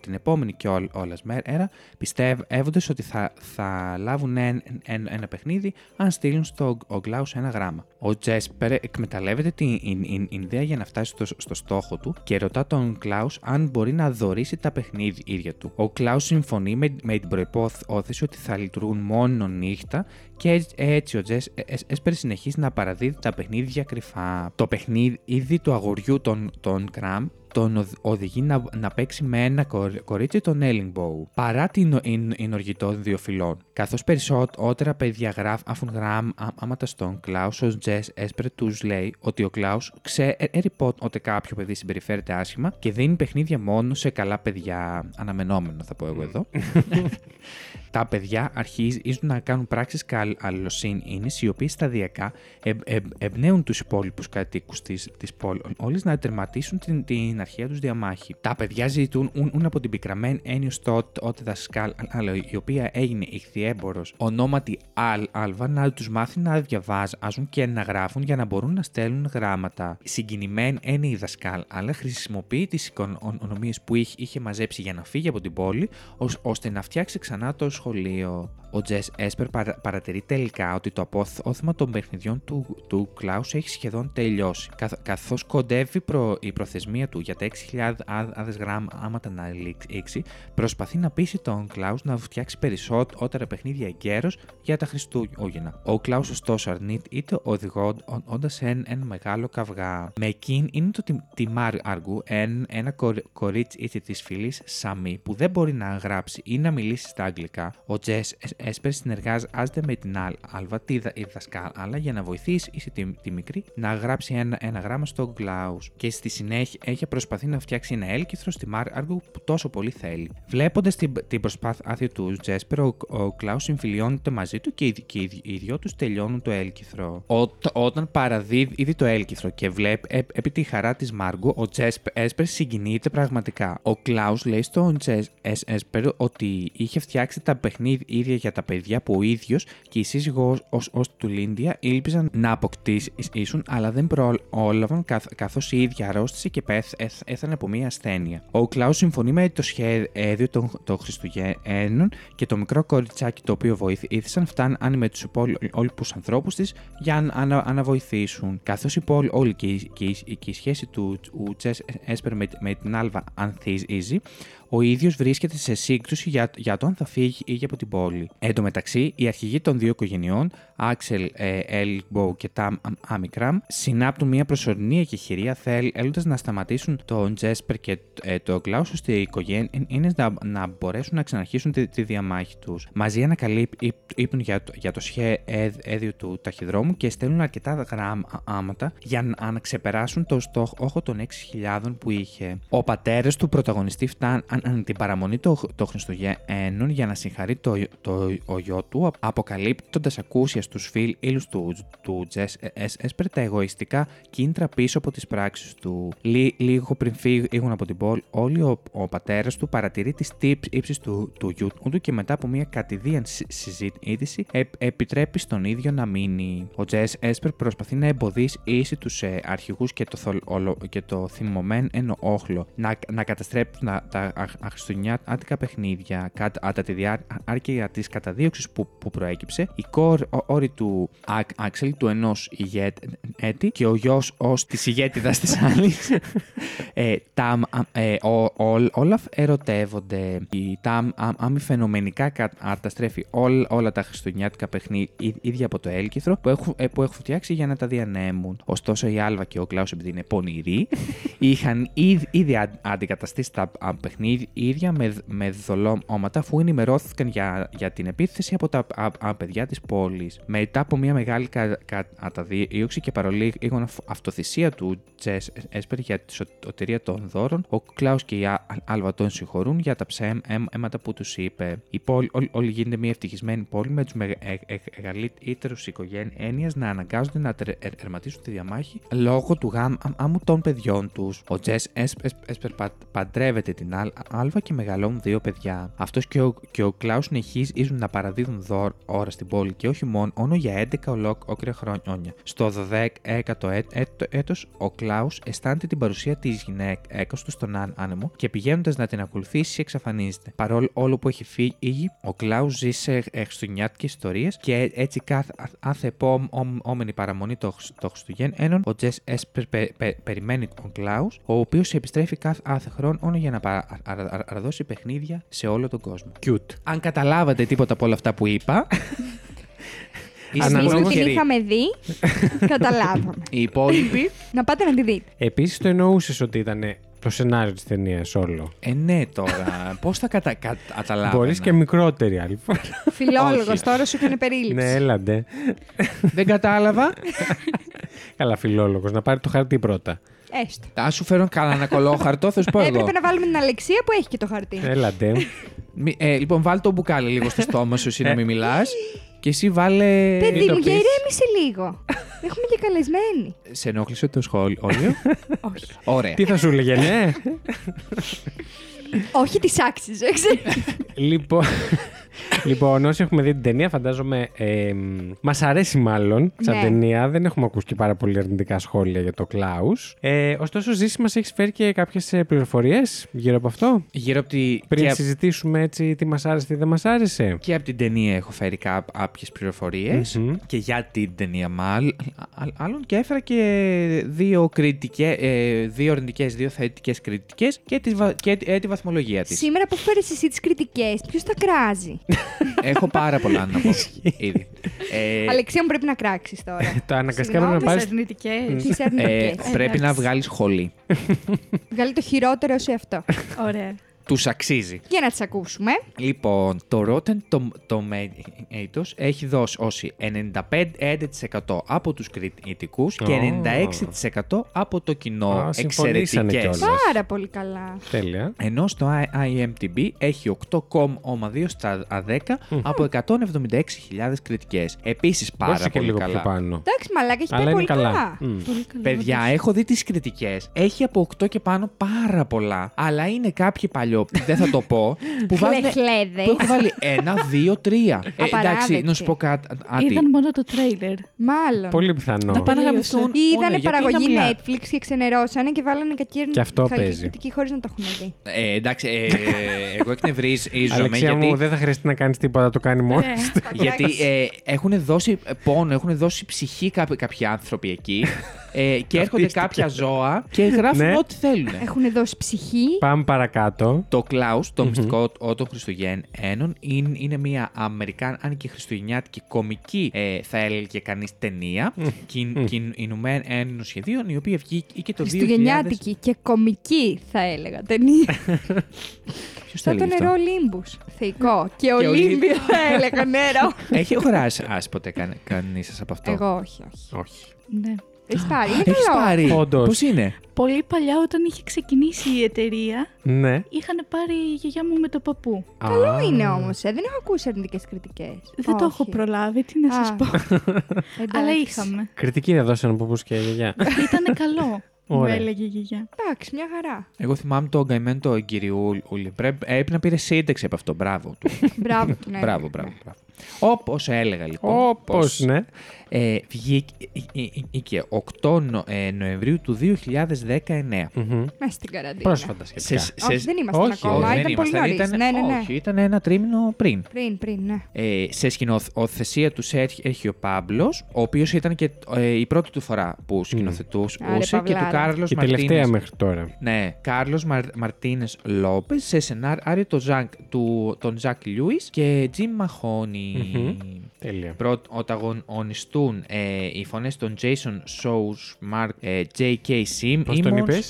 Speaker 3: την επόμενη και ό, όλας μέρα, πιστεύοντα ότι θα, θα λάβουν εν- εν- ένα παιχνίδι αν στείλουν στο Γκλάου ένα γράμμα. Ο Τζέσπερ εκμεταλλεύεται την ιν- ιν- ιδέα για να φτάσει στο, στο στόχο του και ρωτά τον Κλάου αν μπορεί να δωρήσει τα παιχνίδια του. Ο Κλάου συμφωνεί με, με την προπόθεση ότι θα λειτουργούν μόνο νύχτα και έτσι- έτσι ο Τζες ε- ε- Έσπερ συνεχίζει να παραδίδει τα παιχνίδια κρυφά. Το παιχνίδι του αγοριού των, των Κραμ τον οδ- οδηγεί να, να παίξει με ένα κορ- κορίτσι τον Έλληνμπο, παρά την ενοργή των δύο φυλών. Καθώς περισσότερα παιδιά γράφουν γράμματα στον Κλάους, ο Τζες Έσπερ τους λέει ότι ο ε, Κλάου ξέρει πότε κάποιο παιδί συμπεριφέρεται άσχημα και δίνει παιχνίδια μόνο σε καλά παιδιά. Αναμενόμενο, θα πω εγώ εδώ. Τα παιδιά αρχίζουν να κάνουν πράξεις καλοσύνη, οι οποίες σταδιακά εμ- εμ- εμπνέουν τους υπόλοιπους κατοίκους της πόλη να τερματίσουν την, την αρχαία τους διαμάχη. Τα παιδιά ζητούν ουν- ουν από την πικραμένη έννοιος τότε δασκάλα, η οποία έγινε ηχθιέμπορος ονόματι Αλ Άλβα, να τους μάθει να διαβάζουν και να γράφουν για να μπορούν να στέλνουν γράμματα. Συγκινημένη είναι η δασκάλα, αλλά χρησιμοποιεί τις οικονομίε που είχε- είχε μαζέψει για να φύγει από την πόλη, ως- ώστε να φτιάξει ξανά το σχολείο. Ο Τζες Έσπερ παρα- παρατηρεί τελικά ότι το απόθεμα των παιχνιδιών του, του Κλάους έχει σχεδόν τελειώσει, καθ, καθώς κοντεύει προ, η προθεσμία του για τα 6.000 γράμματα να λήξει, προσπαθεί να πείσει τον Κλάους να φτιάξει περισσότερα παιχνίδια εγκαίρως για τα Χριστούγεννα. Ο Κλάους ωστόσο αρνείται οδηγώντα ένα μεγάλο καυγά. Με εκείνη είναι το τι- τιμάρ αργού, εν- ένα κορι- κορίτσι της φίλης Σαμί που δεν μπορεί να γράψει ή να μιλήσει στα αγγλικά. Ο Τζες Έσπερ συνεργάζεται με την Αλ- Αλβα, τη δα- η δασκάλα, για να βοηθήσει τη, τη μικρή να γράψει ένα, ένα γράμμα στον Κλάους. Και στη συνέχεια έχει προσπαθεί να φτιάξει ένα έλκυθρο στη Μάρ Αργού που τόσο πολύ θέλει. Βλέποντας την, την προσπάθεια του Τζέσπερ, ο, ο Κλάου συμφιλιώνεται μαζί του και, οι- και οι, οι δυο τους τελειώνουν το έλκυθρο. Ό, όταν παραδίδει Δηλαδή, ήδη το έλκυθρο και βλέπει επ- επί τη χαρά της Μάργκο, ο Τζέσπερ συγκινείται πραγματικά. Ο Κλάου λέει στον Τζέσπερ ότι είχε φτιάξει τα παιχνίδια για τα παιδιά που ο ίδιος και η σύζυγός ως του Λίντια ήλπιζαν να αποκτήσουν, αλλά δεν πρόλαβαν καθώς η ίδια αρρώστησε και πέθ- εθ- έθανε από μία ασθένεια. Ο Κλάου συμφωνεί με το σχέδιο των, των Χριστουγέννων και το μικρό κοριτσάκι το οποίο βοήθησαν φτάνανε με τους υπόλοιπους ανθρώπους της για να ανα, αναβοηθήσουν. Καθώς η πόλη όλη και, η- και, η- και η σχέση του Τσέ Έσπερ με, με την Άλβα ανθίζει, ο ίδιος βρίσκεται σε σύγκρουση για, για το αν θα φύγει ή από την πόλη. Εν τω μεταξύ, οι αρχηγοί των δύο οικογενειών, Άξελ ε, Έλμπο και Τάμ Αμικραμ, συνάπτουν μια προσωρινή εκεχηρία θέλοντας να σταματήσουν τον Τζέσπερ και ε, τον Κλάους, ώστε οι οικογένειε να, να μπορέσουν να ξαναρχίσουν τη, τη διαμάχη τους. Μαζί ανακαλύπτουν για, το- για το σχέδιο του ταχυδρόμου και στέλνουν αρκετά γράμματα για να να ξεπεράσουν το στόχο των 6.000 που είχε. Ο πατέρας του πρωταγωνιστή φτάνει την παραμονή των το Χριστουγέννων για να συγχαρεί το, το, ο γιο του, αποκαλύπτοντας ακούσια στους φίλους του, του Τζες ε- Έσπερ τα εγωιστικά κίνητρα πίσω από τις πράξεις του. Λί- λίγο πριν φύγουν από την πόλη, όλοι ο, ο πατέρας του παρατηρεί τις τύψει του, του γιου του και μετά από μια κατηδίαν συ- συζήτηση επ- επιτρέπει στον ίδιο να μείνει. Ο Τζες Έσπερ προσπαθεί να εμποδίσει ίση τους ε, αρχηγούς και το, θολ- ολο- και το θυμωμένο ενώ όχλο να, να καταστρέψουν τα, τα α- χριστουγεννιάτικα παιχνίδια. Κατ- Κατά τη διάρκεια τη καταδίωξη που, που προέκυψε, οι κόροι του Ακ- Άξελ, του ενός ηγέτη και ο γιος ως της ηγέτηδα της άλλης, ε, τα, ε, ο, ο- Όλαφ ερωτεύονται. Η Ταμ Άμι φαινομενικά καταστρέφει όλ- όλα τα χριστουγεννιάτικα παιχνίδια από το έλκυθρο που έχουν, ε, που έχουν φτιάξει για να τα διανέμουν. Ωστόσο, η Άλβα και ο Κλάου, επειδή είναι πονηροί, είχαν ήδη, ήδη αν- αντικαταστήσει τα α, παιχνίδια με, δ- με δολόματα αφού ενημερώθηκαν ενημερώθηκαν για, για την επίθεση από τα α, α, παιδιά της πόλης. Μετά από μια μεγάλη κα, κα- καταδίωξη και παρολίγων αυ- αυτοθυσία του Τζες Έσπερ για τη σωτηρία των δώρων, ο Κλάους και η Α- Άλβα τον συγχωρούν για τα ψέματα που τους είπε. Η πόλη, ό, όλη γίνεται μια ευτυχισμένη πόλη με ε- του μεγαλύτερους οικογένειες να αναγκάζονται να τερ- ερ- τερματίσουν τη διαμάχη λόγω του γάμου των παιδιών τους. Ο Τζες Έσπερ πα- παντρεύεται την Αλ- Άλβα και μεγαλώνουν δύο παιδιά. Αυτός και ο, και ο Κλάους συνεχίζουν να παραδίδουν δώρο ώρα στην πόλη και όχι μόνο όνο για 11 ολόκληρα χρόνια. Στο 12ο έτ, έτο- έτος, ο Κλάους αισθάνεται την παρουσία της γυναίκας του στον άν- άνεμο και πηγαίνοντας να την ακολουθήσει, εξαφανίζεται. Παρόλο όλο που έχει φύγει, ο Κλάους ζει σε χριστουγεννιάτικες ιστορίες και έτσι κάθε, κάθε επόμενη παραμονή των Χριστ- των Χριστουγέννων, ο Τζες Έσπερ πε- πε- περιμένει τον Κλάους, ο οποίος επιστρέφει κάθε χρόνο για να παραδώσει παιχνίδια σε όλο τον κόσμο.
Speaker 1: Cute.
Speaker 3: Αν καταλάβατε τίποτα από όλα αυτά που είπα. είστε
Speaker 2: Εμείς που
Speaker 1: Αναλόγως-
Speaker 2: την
Speaker 3: τυχεροί.
Speaker 2: είχαμε δει, καταλάβαμε.
Speaker 3: Οι υπόλοιποι.
Speaker 2: Να πάτε να τη δείτε.
Speaker 1: Επίσης το εννοούσες ότι ήταν το σενάριο της ταινίας όλο.
Speaker 3: Ε, ναι τώρα. Πώς θα κατα... κα- καταλάβαινα.
Speaker 1: Μπορείς και μικρότερη άλλη φορά.
Speaker 2: Φιλόλογος
Speaker 3: Όχι.
Speaker 2: τώρα σου έκανε περίληψη.
Speaker 1: ναι, έλαντε.
Speaker 3: Δεν κατάλαβα.
Speaker 1: Καλά, φιλόλογος. Να πάρει το χαρτί πρώτα.
Speaker 2: Έστω.
Speaker 3: Α σου φέρω κανένα κολόχαρτο, θα σου πω εγώ.
Speaker 2: Έπρεπε να βάλουμε την Αλεξία που έχει και το χαρτί.
Speaker 1: Ε, Έλαντε.
Speaker 3: Μη- ε, λοιπόν, βάλ το μπουκάλι λίγο στο στόμα σου,
Speaker 1: Ε.
Speaker 3: εσύ να μην μιλάς. Και εσύ βάλε.
Speaker 1: μην
Speaker 2: Παιδί
Speaker 1: το
Speaker 2: μου, για
Speaker 1: πεις.
Speaker 2: ηρέμησε λίγο. Έχουμε και καλεσμένη.
Speaker 3: Σε ενόχλησε το σχόλιο.
Speaker 2: Όχι.
Speaker 3: Ωραία.
Speaker 1: Τι θα σου έλεγε, ναι.
Speaker 2: Όχι, τη άξιζε. ξέρεις.
Speaker 1: λοιπόν, λοιπόν, όσοι έχουμε δει την ταινία, φαντάζομαι ε, μας αρέσει μάλλον σαν
Speaker 2: Ναι.
Speaker 1: ταινία. Δεν έχουμε ακούσει και πάρα πολύ αρνητικά σχόλια για το Κλάους. Ε, ωστόσο, Ζήση μας έχεις φέρει και κάποιες πληροφορίες γύρω από αυτό.
Speaker 3: Γύρω από τη.
Speaker 1: Πριν
Speaker 3: και απ-
Speaker 1: συζητήσουμε έτσι τι μας άρεσε, τι δεν μας άρεσε.
Speaker 3: Και από την ταινία έχω φέρει κάποιε
Speaker 1: Μμμ.
Speaker 3: και για την ταινία μάλλον. Άλλον και έφερα και δύο, κριτικέ, ε, δύο αρνητικές, δύο θετικές κριτικές και, τη βα- και, ε, τη βαθμολογία της.
Speaker 2: Σήμερα που φέρεις εσύ τις κριτικές, ποιος τα κράζει.
Speaker 3: έχω πάρα πολλά να πω ήδη. Ε,
Speaker 2: Αλεξία μου πρέπει να κράξεις τώρα.
Speaker 1: Τα Ε, αναγκαστικά πρέπει να
Speaker 4: Τις
Speaker 1: πάρει.
Speaker 4: αρνητικές.
Speaker 2: Τι
Speaker 3: ε,
Speaker 2: αρνητικέ.
Speaker 3: πρέπει να βγάλεις χολή.
Speaker 1: Ε.
Speaker 2: Βγάλει το χειρότερο σε αυτό.
Speaker 4: Ωραία.
Speaker 3: Τους αξίζει.
Speaker 2: Για να τις ακούσουμε.
Speaker 3: Λοιπόν, το Rotten Tom- Tomatoes έχει δώσει όσοι 95% από τους κριτικούς
Speaker 1: Ω.
Speaker 3: και 96% από το κοινό.
Speaker 1: Α, συμφωνήσανε
Speaker 3: Εξαιρετικές.
Speaker 1: κιόλας.
Speaker 2: Πάρα πολύ καλά.
Speaker 1: Τέλεια.
Speaker 3: Ενώ στο IMDb έχει 8,2 στα 10 από 176.000 κριτικές. Επίσης πάρα
Speaker 1: Δώσε και
Speaker 3: πολύ
Speaker 1: λίγο
Speaker 3: καλά.
Speaker 1: πιο πάνω.
Speaker 2: Εντάξει, μαλάκα, έχει
Speaker 1: Αλλά
Speaker 2: πάει
Speaker 1: είναι
Speaker 2: πολύ
Speaker 1: καλά.
Speaker 2: καλά.
Speaker 1: Μμ.
Speaker 4: Πολύ καλό.
Speaker 3: Παιδιά, έχω δει τις κριτικές. Έχει από 8 και πάνω πάρα πολλά. Αλλά είναι κάποιοι παλιό, δεν θα το πω, που βάζουν.
Speaker 2: Χλεχλέδες.
Speaker 3: που έχουν βάλει ένα, δύο, τρία. Ε, εντάξει,
Speaker 2: Απαράδεκτη.
Speaker 3: να σου πω κάτι.
Speaker 4: Είδαν μόνο το τρέιλερ.
Speaker 2: Μάλλον.
Speaker 1: Πολύ πιθανό.
Speaker 4: Τα πάνε να
Speaker 3: Τελείωσε.
Speaker 4: γαμηθούν.
Speaker 3: Ωραία,
Speaker 2: Είδανε
Speaker 3: ναι, γιατί
Speaker 2: παραγωγή
Speaker 3: να μιλά-
Speaker 2: Netflix και ξενερώσανε και βάλανε κάτι
Speaker 1: Και αυτό παίζει.
Speaker 2: χωρίς να το έχουν δει.
Speaker 3: Ε, εντάξει, ε, ε, εγώ εκνευρίζομαι
Speaker 1: Αλεξία
Speaker 3: γιατί,
Speaker 1: μου, δεν θα χρειαστεί να κάνεις τίποτα, το κάνει μόνος.
Speaker 4: Ναι.
Speaker 3: γιατί ε, έχουν δώσει πόνο, έχουν δώσει ψυχή κάποιοι, κάποιοι άνθρωποι εκεί ε, και έρχονται
Speaker 1: Ταυτίστηκε.
Speaker 3: κάποια ζώα και γράφουν
Speaker 1: Ναι.
Speaker 3: ό,τι θέλουν.
Speaker 2: Έχουν δώσει ψυχή.
Speaker 1: Πάμε παρακάτω.
Speaker 3: Το Κλάους, το μυστικό ό, των Χριστουγέννων, είναι, είναι μια Αμερικάνικη χριστουγεννιάτικη κομική, ε, θα έλεγε κανείς, ταινία κιν, κινουμένων σχεδίων, η οποία βγήκε το 2000.
Speaker 2: Χριστουγεννιάτικη και κομική, θα έλεγα. Ταινία.
Speaker 3: Ποιος
Speaker 2: Σαν το
Speaker 3: έλεγε Ε, αυτό? Ε,
Speaker 2: νερό Ολύμπους. Θεϊκό. Και Ολύμπιο, θα έλεγα νερό.
Speaker 3: Έχει αγοράσει ας, ποτέ καν, κανείς σας από αυτό.
Speaker 2: Εγώ όχι, όχι.
Speaker 1: Όχι.
Speaker 4: Ναι.
Speaker 2: Έχεις πάρει. Είναι
Speaker 3: Έχεις
Speaker 2: καλό.
Speaker 3: πάρει.
Speaker 1: Όντως.
Speaker 3: Πώς είναι.
Speaker 4: Πολύ παλιά όταν είχε ξεκινήσει η εταιρεία,
Speaker 1: Ναι.
Speaker 4: είχαν πάρει η γιαγιά μου με το παππού.
Speaker 1: Α,
Speaker 2: Καλό είναι όμως. Δεν έχω ακούσει αρνητικές κριτικές.
Speaker 4: Δεν το έχω προλάβει, τι να σας
Speaker 2: Α,
Speaker 4: πω.
Speaker 2: εντάξει.
Speaker 4: Αλλά είχαμε.
Speaker 1: Κριτική θα δώσανε που και η γιαγιά.
Speaker 4: Ήταν καλό, μου
Speaker 1: Ωραία.
Speaker 4: έλεγε η γιαγιά.
Speaker 2: Εντάξει, μια χαρά.
Speaker 3: Εγώ θυμάμαι τον καημένο τον κυριούλη. Πρέπει, πρέπει να πήρε σύνταξη από αυτό. Μπράβο του.
Speaker 2: Μπράβο του, ναι.
Speaker 3: Μπράβο, μπράβο, μπράβο. Όπως έλεγα λοιπόν.
Speaker 1: Όπως
Speaker 3: πως-
Speaker 1: ναι.
Speaker 3: Ε, βγήκε 8 Νο- ε, Νοεμβρίου του 2019.
Speaker 1: Μμμ.
Speaker 2: Μέσα στην καραντίνα.
Speaker 1: Πρόσφατα
Speaker 3: Σε,
Speaker 1: σχετικά.
Speaker 3: σε,
Speaker 2: Όχι, δεν ήμασταν
Speaker 1: όχι,
Speaker 2: ακόμα.
Speaker 1: όχι,
Speaker 2: ήταν πολύ νωρί.
Speaker 3: Ήταν,
Speaker 2: Ναι, ναι, ναι.
Speaker 3: Όχι, ήταν ένα τρίμηνο πριν.
Speaker 2: Πριν, πριν, ναι.
Speaker 3: Ε, σε σκηνοθεσία του έχει ο Πάμπλο, ο οποίος ήταν και ε, η πρώτη του φορά που σκηνοθετούσε
Speaker 2: Άρε,
Speaker 3: και του
Speaker 2: Παυλάρα.
Speaker 3: Κάρλος
Speaker 1: Η τελευταία μέχρι τώρα.
Speaker 3: Ναι, Κάρλος Μαρ- Μαρτίνες Λόπες σε σενάριο το Ζακ, του, τον Ζακ Λιούις και Τζιμ μαχονι
Speaker 1: Μμμ. Τέλεια.
Speaker 3: Πρωταγωνιστούν ε, οι φωνές των Jason Shows, Mark, ε, J.K. Sim,
Speaker 1: Πώς τον
Speaker 3: Emmons,
Speaker 1: είπε.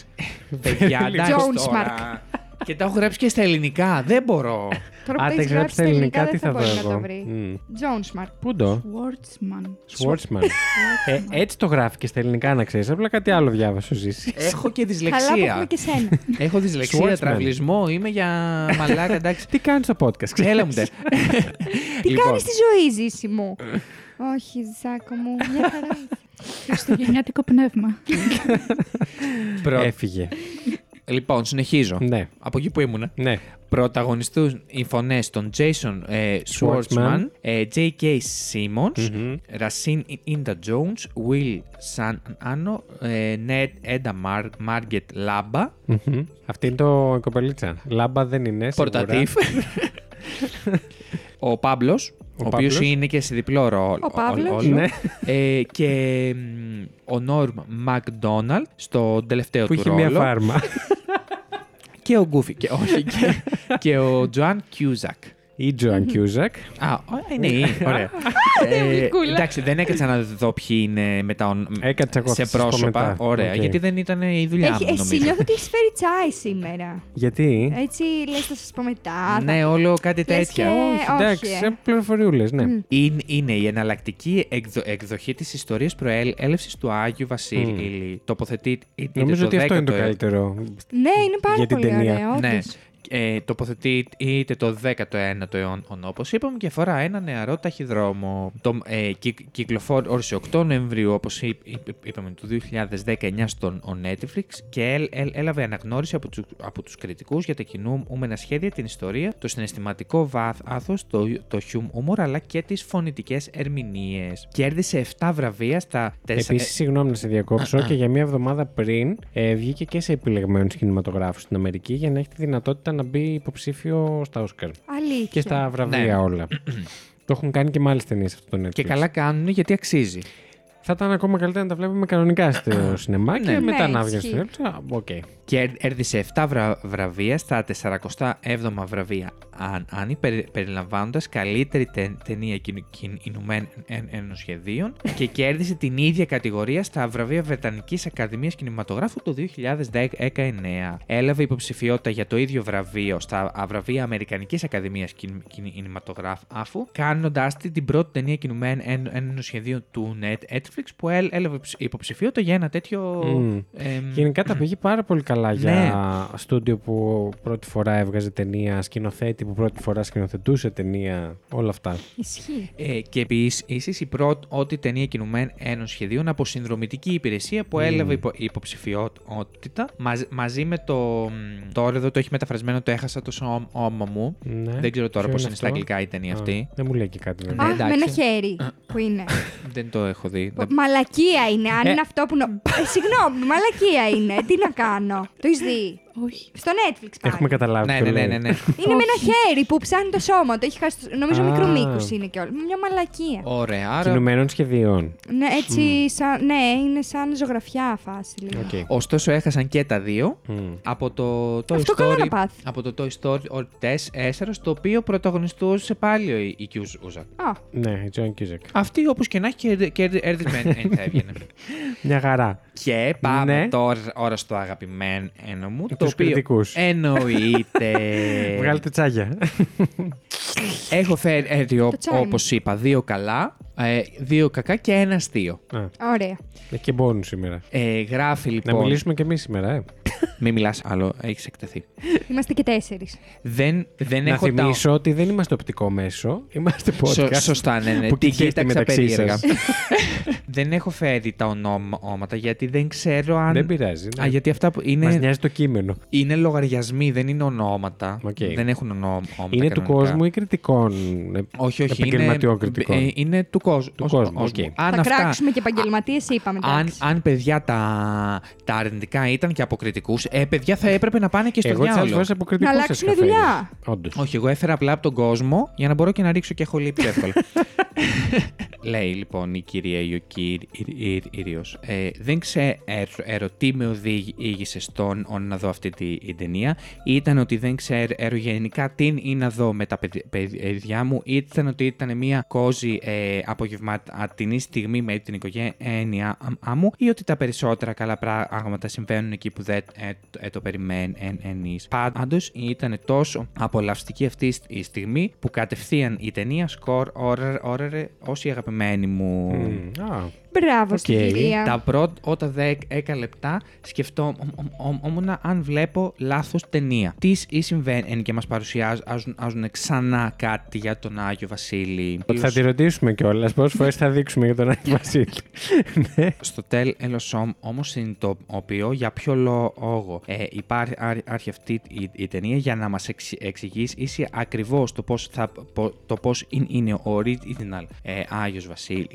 Speaker 3: παιδιά, εντάξει
Speaker 2: Jones
Speaker 3: τώρα. και τα έχω γράψει και στα ελληνικά. Δεν μπορώ.
Speaker 2: Τώρα που
Speaker 1: Αν
Speaker 2: το
Speaker 1: τα
Speaker 2: έχεις γράψει στα ελληνικά, τι θα δω μπορεί να το
Speaker 1: εγώ.
Speaker 2: βρει.
Speaker 1: Μμμ.
Speaker 2: Jonesmark.
Speaker 1: Πού το.
Speaker 4: Schwartzman.
Speaker 1: Σουόρτσμαν. ε, έτσι το γράφει και στα ελληνικά, να ξέρεις. Απλά κάτι άλλο διάβασες ο Ζήση.
Speaker 3: έχω και
Speaker 2: Καλά που έχουμε
Speaker 3: δυσλεξία.
Speaker 2: και σένα.
Speaker 3: έχω δυσλεξία,
Speaker 1: Schwartzman.
Speaker 3: τραυλισμό. Είμαι για μαλάκα, εντάξει.
Speaker 1: Τι κάνεις στο podcast, ξέρεις.
Speaker 3: Έλα μου, ντε.
Speaker 2: Τι
Speaker 3: Λοιπόν,
Speaker 2: κάνεις στη ζωή, Ζήση μου. Όχι, Ζάκο μου, μια χαρά.
Speaker 4: Χριστουγεννιάτικο πνεύμα.
Speaker 3: προ-
Speaker 1: Έφυγε.
Speaker 3: Λοιπόν, συνεχίζω.
Speaker 1: ναι,
Speaker 3: Από εκεί που ήμουνα.
Speaker 1: ναι.
Speaker 3: Πρωταγωνιστούν οι φωνές των Jason ε, Schwartzman,
Speaker 1: Schwartzman.
Speaker 3: ε, J.K. Simmons, Racine Inda Jones, Will San Anno, ε, Ned Edda Mar- Margaret Laba,
Speaker 1: Μμμ. Αυτή είναι το η κοπελίτσα. Λάμπα δεν είναι. σίγουρα.
Speaker 3: Πορτατήφ. ο Παύλο, ο,
Speaker 1: Ο
Speaker 3: οποίο
Speaker 1: Παύλος.
Speaker 3: είναι και σε διπλό ρόλο.
Speaker 2: Ο Παύλος.
Speaker 3: όλο.
Speaker 1: Ναι,
Speaker 3: Ε, και μ, ο Νόρμ Μακδόναλτ στο τελευταίο
Speaker 1: που
Speaker 3: του
Speaker 1: έχει
Speaker 3: ρόλο.
Speaker 1: μία φάρμα.
Speaker 3: Και ο Γκούφι. Και, όχι, και, και ο Τζοάν Κιούζακ.
Speaker 1: Η Τζοαν Κιούζακ.
Speaker 3: Α, ο- είναι
Speaker 1: Ναι.
Speaker 3: η. Ωραία. ε, εντάξει, δεν έκατσα να δω ποιοι είναι με τα ον-
Speaker 1: Έκατσα εγώ, θα
Speaker 3: σε
Speaker 1: σας πω
Speaker 3: πρόσωπα.
Speaker 1: μετά.
Speaker 3: Ωραία,
Speaker 1: Οκ.
Speaker 3: γιατί δεν ήταν η δουλειά
Speaker 2: Έχει-
Speaker 3: μου,
Speaker 2: Εσύ
Speaker 3: νομίζω.
Speaker 2: νιώθω ότι έχεις φέρει τσάι σήμερα.
Speaker 1: Γιατί.
Speaker 3: Ε,
Speaker 2: Έτσι λες, θα σας πω μετά. θα-
Speaker 3: Ναι, όλο κάτι
Speaker 2: Λες
Speaker 3: τέτοια.
Speaker 2: και-
Speaker 1: Όχι,
Speaker 2: όχι,
Speaker 1: εντάξει,
Speaker 2: ε.
Speaker 1: σε πληροφοριούλες, ναι.
Speaker 3: Είναι, είναι η εναλλακτική εκδο- εκδοχή της ιστορίας προέλευσης του Άγιου Βασίλη. Τοποθετεί είτε
Speaker 1: Νομίζω
Speaker 3: το ε,
Speaker 1: ότι αυτό είναι το
Speaker 3: 10ο
Speaker 1: καλύτερο.
Speaker 2: Ναι, είναι πάρα
Speaker 1: Για την
Speaker 2: πολύ
Speaker 1: ταινία.
Speaker 2: ωραίο.
Speaker 3: Ναι.
Speaker 2: όντως.
Speaker 3: Ε, τοποθετεί είτε το 19ο αιώνα, όπως είπαμε, και αφορά ένα νεαρό ταχυδρόμο. Το, ε, κυ- κυκλοφόρησε 8 Νοεμβρίου, όπως είπαμε, του 2019 στον ο Netflix και έλ- έλ- έλαβε αναγνώριση από, τους, από τους κριτικούς για τα κινούμενα σχέδια, την ιστορία, το συναισθηματικό βάθος, το, το χιούμορ, αλλά και τις φωνητικές ερμηνείες. Κέρδισε 7 βραβεία στα ε, 4...
Speaker 1: Επίσης, συγγνώμη να σε διακόψω και για μία εβδομάδα πριν ε, βγήκε και σε επιλεγμένους κινηματογράφους στην Αμερική για να έχει τη δυνατότητα να μπει υποψήφιο στα Όσκαρ.
Speaker 2: Αλήθεια.
Speaker 1: Και στα βραβεία
Speaker 3: Ναι.
Speaker 1: όλα. το έχουν κάνει και με άλλε ταινίες αυτό το Netflix.
Speaker 3: και καλά κάνουν γιατί αξίζει.
Speaker 1: Θα ήταν ακόμα καλύτερα να τα βλέπουμε κανονικά στο σινεμά και
Speaker 3: Ναι.
Speaker 1: μετά
Speaker 2: Ναι,
Speaker 1: να βγει
Speaker 2: ισχύει.
Speaker 1: στην αίθουσα. Οκ.
Speaker 3: Κέρδισε 7 βρα- βραβεία στα 47 βραβεία αν, Άννη, περι, περιλαμβάνοντας καλύτερη τε- ταινία κιν- κιν- κινουμένων εν- ενοσχεδίων και κέρδισε την ίδια κατηγορία στα βραβεία Βρετανικής Ακαδημίας Κινηματογράφου το 2019. Έλαβε υποψηφιότητα για το ίδιο βραβείο στα α- βραβεία Αμερικανικής Ακαδημίας Κιν- Κιν- Κινηματογράφου, κάνοντάς τη την πρώτη ταινία κινουμένων εν- ενοσχεδίων του Net- Netflix που έλ- έλαβε ψ- υποψηφιότητα για ένα τέτοιο...
Speaker 1: Μμμ.
Speaker 3: εμ,
Speaker 1: Γενικά τα πήγε πάρα πολύ
Speaker 3: Ναι.
Speaker 1: καλά για στούντιο που πρώτη φορά έβγαζε ταινία, σκηνοθέτη που πρώτη φορά σκηνοθετούσε ταινία, όλα αυτά.
Speaker 2: Ισχύει.
Speaker 3: Ε, και επίσης η πρώτη ταινία κινουμέν ένων σχεδίων από συνδρομητική υπηρεσία που έλαβε υπο, υποψηφιότητα μαζ- μαζί με το. μ, Τώρα εδώ το έχει μεταφρασμένο το έχασα το σώμα μου.
Speaker 1: Ναι.
Speaker 3: Δεν ξέρω τώρα
Speaker 1: Ποιο
Speaker 3: πώς
Speaker 1: είναι
Speaker 3: είναι
Speaker 1: αυτό?
Speaker 3: στα αγγλικά η ταινία
Speaker 1: Α,
Speaker 3: αυτή.
Speaker 1: Δεν μου λέει και κάτι. βέβαια.
Speaker 3: Ναι,
Speaker 2: Α, με
Speaker 3: εντάξει.
Speaker 2: ένα χέρι που είναι.
Speaker 3: Δεν το έχω δει. Δεν-
Speaker 2: Μαλακία είναι, αν
Speaker 3: Ε.
Speaker 2: είναι αυτό που. νο- Ε, Συγγνώμη, μαλακία είναι. Τι να κάνω. Το έχεις δει.
Speaker 4: Όχι.
Speaker 2: Στο Netflix πάλι.
Speaker 1: Έχουμε καταλάβει.
Speaker 3: Ναι,
Speaker 1: ποιο
Speaker 3: ναι, ναι,
Speaker 1: λέει.
Speaker 3: ναι. ναι.
Speaker 2: Είναι με ένα
Speaker 4: Όχι.
Speaker 2: χέρι που ψάχνει το σώμα. Το έχει χάσει. το- Νομίζω
Speaker 1: Α.
Speaker 2: μικρό μήκος είναι κιόλα. Μια μαλακία.
Speaker 3: Ωραία, άρα.
Speaker 1: Κινουμένων σχεδίων.
Speaker 2: Ναι, έτσι. Σαν, ναι, είναι σαν ζωγραφιά φάση λίγο.
Speaker 1: Οκ.
Speaker 3: Ωστόσο, έχασαν και τα δύο.
Speaker 1: Μμ.
Speaker 3: από το Toy
Speaker 2: Αυτό
Speaker 3: Story,
Speaker 2: καλά να πάθει.
Speaker 3: από το Toy Story 4, στο οποίο πρωταγωνιστούσε πάλι ο- η, η Κιουζούζα.
Speaker 2: Α,
Speaker 1: Ναι, η Τζον Κίζεκ.
Speaker 3: Αυτή όπως και να έχει κερδι- κερδι- κερδισμένη εν θα έβγαινε.
Speaker 1: Μια χαρά.
Speaker 3: Και πάμε
Speaker 1: Ναι.
Speaker 3: τώρα ώρα στο αγαπημένο μου.
Speaker 1: Τους κριτικούς.
Speaker 3: Εννοείται.
Speaker 1: Βγάλετε τσάγια.
Speaker 3: Έχω φέρει, ό-
Speaker 2: Το τσάι μου.
Speaker 3: όπως είπα, δύο καλά, ε, δύο κακά και ένα αστείο.
Speaker 1: Α,
Speaker 2: ωραία.
Speaker 1: Έχει και μπόνου σήμερα.
Speaker 3: Ε, γράφει
Speaker 1: Να
Speaker 3: λοιπόν.
Speaker 1: μιλήσουμε κι εμείς σήμερα, ε.
Speaker 3: Μην μιλάς άλλο, έχεις εκτεθεί.
Speaker 2: Είμαστε και τέσσερις.
Speaker 3: Δεν, δεν
Speaker 1: Να
Speaker 3: έχω τα-
Speaker 1: θυμίσω ότι δεν είμαστε οπτικό μέσο, είμαστε
Speaker 3: Σω-
Speaker 1: podcast.
Speaker 3: σωστά, ναι, ναι.
Speaker 1: που
Speaker 3: Την
Speaker 1: κοιτιέστε
Speaker 3: κοίταξα
Speaker 1: μεταξύ
Speaker 3: περίεργα.
Speaker 1: σας.
Speaker 3: δεν έχω φέρει τα ονόματα γιατί δεν ξέρω αν.
Speaker 1: Δεν πειράζει. ναι.
Speaker 3: Α, γιατί αυτά που
Speaker 1: Μας
Speaker 3: είναι,
Speaker 1: νοιάζει το κείμενο.
Speaker 3: είναι λογαριασμοί, δεν είναι ονόματα.
Speaker 1: Οκ.
Speaker 3: Δεν έχουν ονόματα.
Speaker 1: Είναι του
Speaker 3: κανονικά.
Speaker 1: κόσμου ή κριτικών. ε,
Speaker 3: Όχι, όχι.
Speaker 1: Επαγγελματιών
Speaker 3: είναι,
Speaker 1: κριτικών.
Speaker 3: ε, είναι του κόσμου.
Speaker 1: Του κόσμου, οκ.
Speaker 3: Αν,
Speaker 2: Θα
Speaker 3: αυτά,
Speaker 2: κράξουμε και επαγγελματίες, είπαμε.
Speaker 3: αν,
Speaker 2: εντάξει.
Speaker 3: αν παιδιά τα, τα αρνητικά ήταν και από κριτικού, ε, παιδιά θα έπρεπε να πάνε και στο
Speaker 1: Εγώ τις άλλες
Speaker 3: διάολο.
Speaker 1: φορές από κριτικού.
Speaker 2: Να αλλάξουν δουλειά.
Speaker 1: Όντως.
Speaker 3: Όχι, εγώ έφερα απλά από τον κόσμο για να μπορώ και να ρίξω και έχω λείπει πιο εύκολα. Λέει λοιπόν η κυρία Ιωκή Ήριος. Ε, δεν ξέρω τι με οδήγησε στον ο, να δω αυτή τη η ταινία. Ήταν ότι δεν ξέρω γενικά τι είναι να δω με τα παιδι- παιδιά μου. Ήταν ότι ήταν μια κόζη ε, απογευματινή στιγμή με την οικογένεια α- μου ή ότι τα περισσότερα καλά πράγματα συμβαίνουν εκεί που δεν ε, το- ε, το περιμένεις. Πάντως ήταν τόσο απολαυστική αυτή η στιγμή που κατευθείαν η ταινία σκορ όρερε- όρερε ως η αγαπημένη μου.
Speaker 1: Μμ, α,
Speaker 2: Μπράβο στην
Speaker 1: Οκ.
Speaker 2: κυρία.
Speaker 3: Τα πρώτα δέκα λεπτά σκεφτόμουν αν βλέπω λάθος ταινία. Τι ή συμβαίνει και μας παρουσιάζουν άζουν ξανά κάτι για τον Άγιο Βασίλη.
Speaker 1: Ότι θα τη ρωτήσουμε κιόλας πόσες φορές θα δείξουμε για τον Άγιο Βασίλη.
Speaker 3: Στο τέλο όμως συνειδητοποιώ για ποιο λόγο ε, υπάρχει άρχη αυτή η, η ταινία για να μας εξηγήσει είσαι ακριβώς το πώς το πώς είναι, είναι ο original ε, Άγιος Βασίλη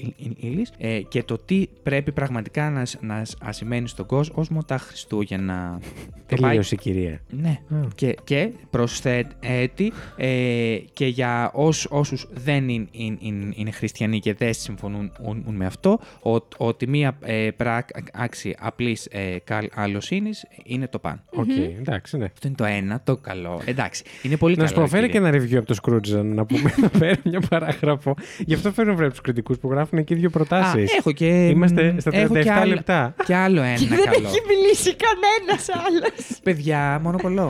Speaker 3: ε, και το τι πρέπει πραγματικά να, σ- να, σ- να σημαίνει στον κόσμο τα Χριστούγεννα. Το πάει-
Speaker 1: Τελείωσε η κυρία.
Speaker 3: ναι.
Speaker 1: Α.
Speaker 3: Και, και προσθέτει ε, και για όσ, όσους δεν είναι, είναι, είναι- είναι χριστιανοί και δεν συμφωνούν ουν- ουν με αυτό, ο- ότι μία ε, πράξη απλής ε, καλοσύνης είναι το παν.
Speaker 1: Οκ, εντάξει, ναι.
Speaker 3: Αυτό είναι το ένα, το καλό. Εντάξει, είναι πολύ
Speaker 1: Να
Speaker 3: καλό.
Speaker 1: σου προφέρει και
Speaker 3: κύριε.
Speaker 1: ένα review από το Scrooge, να πούμε. Να φέρει μια παράγραφο. Γι' αυτό φέρνω βρε τους κριτικούς που γράφουν εκεί δύο
Speaker 3: Α,
Speaker 1: προτάσεις.
Speaker 3: έχω και...
Speaker 1: Είμαστε στα
Speaker 3: έχω και
Speaker 1: 37
Speaker 3: άλλο-
Speaker 1: λεπτά.
Speaker 3: Και άλλο
Speaker 2: Και
Speaker 3: ένα
Speaker 2: δεν
Speaker 3: καλό.
Speaker 2: έχει μιλήσει κανένας άλλος.
Speaker 3: Παιδιά, μονοπολό.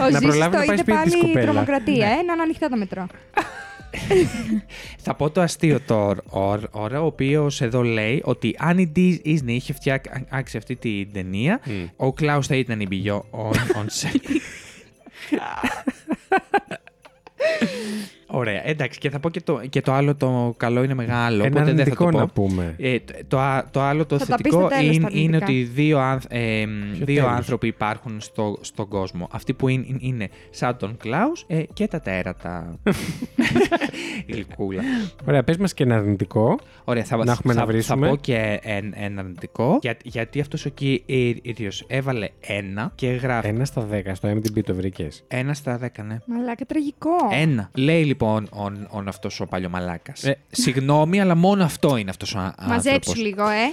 Speaker 2: Ο
Speaker 1: Να
Speaker 2: Ζήσης
Speaker 1: προλάβει
Speaker 2: το
Speaker 1: να πάει
Speaker 2: είδε
Speaker 1: σπίτι της
Speaker 2: πάλι
Speaker 1: κοπέλα. Ναι.
Speaker 2: τρομοκρατία. Έναν ανοιχτά το μετρό.
Speaker 3: Θα πω το αστείο τώρα, ορ- ώρα, ο οποίος εδώ λέει ότι αν η Disney είχε φτιάξει αυτή την ταινία,
Speaker 1: Mm.
Speaker 3: ο Κλάους θα ήταν η Beyond on set. Ωραία, εντάξει, και θα πω και το, και το άλλο το καλό είναι μεγάλο.
Speaker 1: Ένα
Speaker 3: οπότε δεν θα το
Speaker 1: αρνητικό
Speaker 3: πω.
Speaker 1: να πούμε.
Speaker 3: Ε, το, το, α- το άλλο το
Speaker 2: Θα τα πεις
Speaker 3: θετικό
Speaker 2: στο τέλος
Speaker 3: είναι,
Speaker 2: τα
Speaker 3: είναι
Speaker 2: αρνητικά.
Speaker 3: ότι δύο, άνθ- ε, μ,
Speaker 1: Ποιο
Speaker 3: δύο
Speaker 1: τέλος?
Speaker 3: άνθρωποι υπάρχουν στο, στον κόσμο. Αυτοί που είναι, είναι σαν τον Κλάους και τα τέρατα. Γλυκούλα.
Speaker 1: Ωραία, πες μας και ένα αρνητικό.
Speaker 3: Ωραία, θα,
Speaker 1: Να έχουμε
Speaker 3: θα,
Speaker 1: να βρίσουμε.
Speaker 3: θα πω και εν- ένα αρνητικό. Για, γιατί αυτός ο κύριο έβαλε ένα και γράφει. Ένα,
Speaker 1: Ένα στα 10 στο MDB το βρήκες.
Speaker 3: στα δέκα, ναι.
Speaker 2: Μαλάκα τραγικό.
Speaker 3: Ένα. Λέει λοιπόν ον, ον αυτός ο παλιομαλάκα. Ε, συγγνώμη, αλλά μόνο αυτό είναι αυτός ο άνθρωπος.
Speaker 2: Μαζέψου λίγο, ε.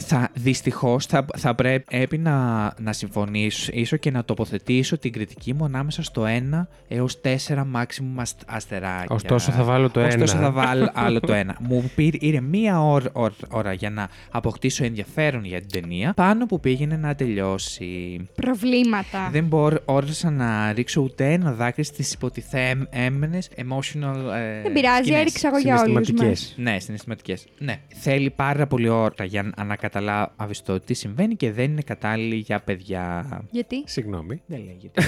Speaker 3: Θα, δυστυχώς θα, θα πρέπει να, να συμφωνήσω και να τοποθετήσω την κριτική μου ανάμεσα στο 1 έως 4 maximum ασ- αστεράκια.
Speaker 1: Ωστόσο, θα βάλω το
Speaker 3: Ωστόσο
Speaker 1: ένα.
Speaker 3: θα βάλω άλλο το 1. Μου πήρε πήρε μία ώρα, ώρα- ώρα για να αποκτήσω ενδιαφέρον για την ταινία πάνω που πήγαινε να τελειώσει.
Speaker 2: Προβλήματα.
Speaker 3: Δεν μπόρεσα να ρίξω ούτε ένα δάκρυ στις υποτιθέμενες emotional ε,
Speaker 2: Δεν πειράζει,
Speaker 3: σκηνές.
Speaker 2: έριξα εγώ για όλους μα.
Speaker 1: Συναισθηματικές.
Speaker 3: Ναι, συναισθηματικές. Ναι. Θέλει πάρα πολύ ώρα για να- να καταλάβει το τι συμβαίνει και δεν είναι κατάλληλη για παιδιά.
Speaker 2: Γιατί?
Speaker 1: Συγγνώμη.
Speaker 3: Δεν λέγεται.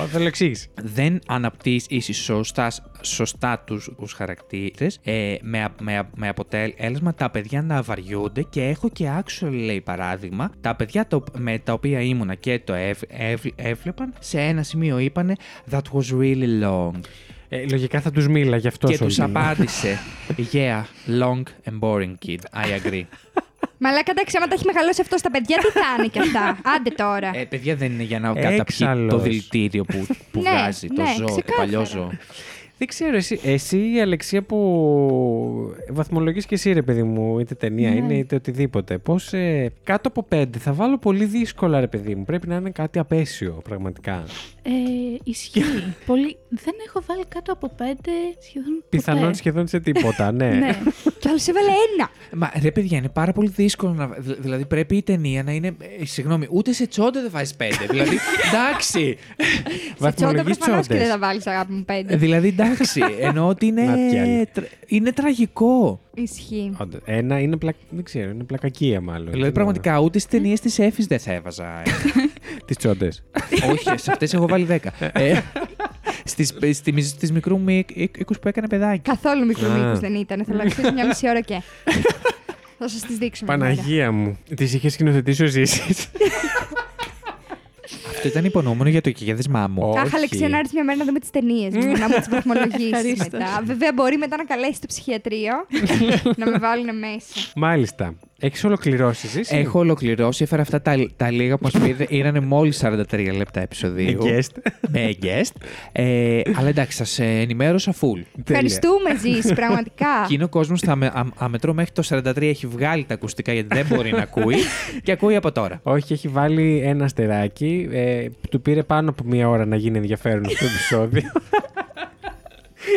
Speaker 1: Ω, Θα το εξήγηση.
Speaker 3: δεν αναπτύσσει σωστά, σωστά τους, τους χαρακτήρες ε, με, α- με, α- με αποτέλεσμα τα παιδιά να βαριούνται και έχω και actual λέει παράδειγμα τα παιδιά το, με τα οποία ήμουνα και το ευ, ευ- έβλεπαν σε ένα σημείο είπανε that was really long
Speaker 1: Ε, λογικά θα τους μίλα γι' αυτό
Speaker 3: και
Speaker 1: σου
Speaker 3: τους απάντησε yeah long and boring kid I agree
Speaker 2: Μαλάκα, εντάξει, άμα τα έχει μεγαλώσει αυτό στα παιδιά, τι θα είναι κι αυτά. Άντε τώρα.
Speaker 3: Ε, παιδιά δεν είναι για να καταπιεί
Speaker 1: Έξαλλος.
Speaker 3: το δηλητήριο που, που
Speaker 2: Ναι,
Speaker 3: βγάζει το
Speaker 2: ναι,
Speaker 3: ζώο, το
Speaker 2: ξεκάθαρα.
Speaker 3: παλιό ζώο.
Speaker 1: Δεν ξέρω, εσύ, εσύ η Αλεξία που βαθμολογείς και εσύ ρε παιδί μου, είτε ταινία είναι είτε οτιδήποτε. Πώς ε, κάτω από πέντε θα βάλω πολύ δύσκολα ρε παιδί μου. Πρέπει να είναι κάτι απέσιο πραγματικά.
Speaker 4: Ε, ισχύει. πολύ... Δεν έχω βάλει κάτω από πέντε σχεδόν ποτέ.
Speaker 2: Ναι.
Speaker 1: Πιθανόν σχεδόν σε τίποτα, ναι.
Speaker 4: Ναι.
Speaker 2: Κι άλλο έβαλε ένα.
Speaker 3: Μα ρε παιδιά, είναι πάρα πολύ δύσκολο να. δη- Δηλαδή πρέπει η ταινία να είναι. ε, συγγνώμη, ούτε σε τσόντε δεν βάζεις πέντε. δηλαδή εντάξει.
Speaker 2: Σε τσόντα
Speaker 1: Βαθμολογείς Ε,
Speaker 2: προφανώς και
Speaker 1: τσόντες.
Speaker 2: δεν θα βάλεις αγάπη μου πέντε.
Speaker 3: δηλαδή εντάξει. Εννοώ ότι είναι.
Speaker 1: Να τι άλλη.
Speaker 3: τρα- είναι τραγικό.
Speaker 2: Ισχύει.
Speaker 1: Όντως, Ένα είναι, πλα... δεν ξέρω, είναι πλακακία μάλλον.
Speaker 3: Δηλαδή πραγματικά ούτε στις ταινίες της Εφης δεν θα έβαζα. ε.
Speaker 1: Τις τσόντες.
Speaker 2: Ναι,
Speaker 3: Όχι, σε αυτές έχω βάλει 10. ε, στις, στις, στις μικρού μου οίκ- οίκους που έκανε παιδάκι.
Speaker 2: Καθόλου μικρού
Speaker 1: Α.
Speaker 2: μήκου δεν ήταν. Θα αλλάξεις μια μισή ώρα και. Θα σας τις δείξουμε.
Speaker 1: Παναγία μου. Τις είχες σκηνοθετήσει ο Ζήσης.
Speaker 3: Αυτό ήταν υπονοούμενο για το κυγέδισμά μου.
Speaker 2: Κάχα, Αλεξία, να έρθεις μια μέρα να δούμε τις ταινίες μου, να μου τις βαθμολογήσεις
Speaker 4: Ευχαρίστως.
Speaker 2: μετά. Βέβαια, μπορεί μετά να καλέσει το ψυχιατρίο να με βάλουν μέσα.
Speaker 1: Μάλιστα. Έχεις ολοκληρώσει εσύ.
Speaker 3: Έχω ολοκληρώσει, έφερα αυτά τα, τα λίγα που μας πήρε. Ήρανε μόλις 43 λεπτά επεισοδίου.
Speaker 1: guest.
Speaker 3: Με guest. Ε, αλλά εντάξει, σας ενημέρωσα full.
Speaker 2: Ευχαριστούμε, Ζή, πραγματικά.
Speaker 3: Εκείνο ο κόσμο θα με, α- αμετρώ μέχρι το 43 έχει βγάλει τα ακουστικά γιατί δεν μπορεί να ακούει και ακούει από τώρα.
Speaker 1: Όχι, έχει βάλει ένα αστεράκι. Ε, του πήρε πάνω από μία ώρα να γίνει ενδιαφέρον αυτό το επεισόδιο.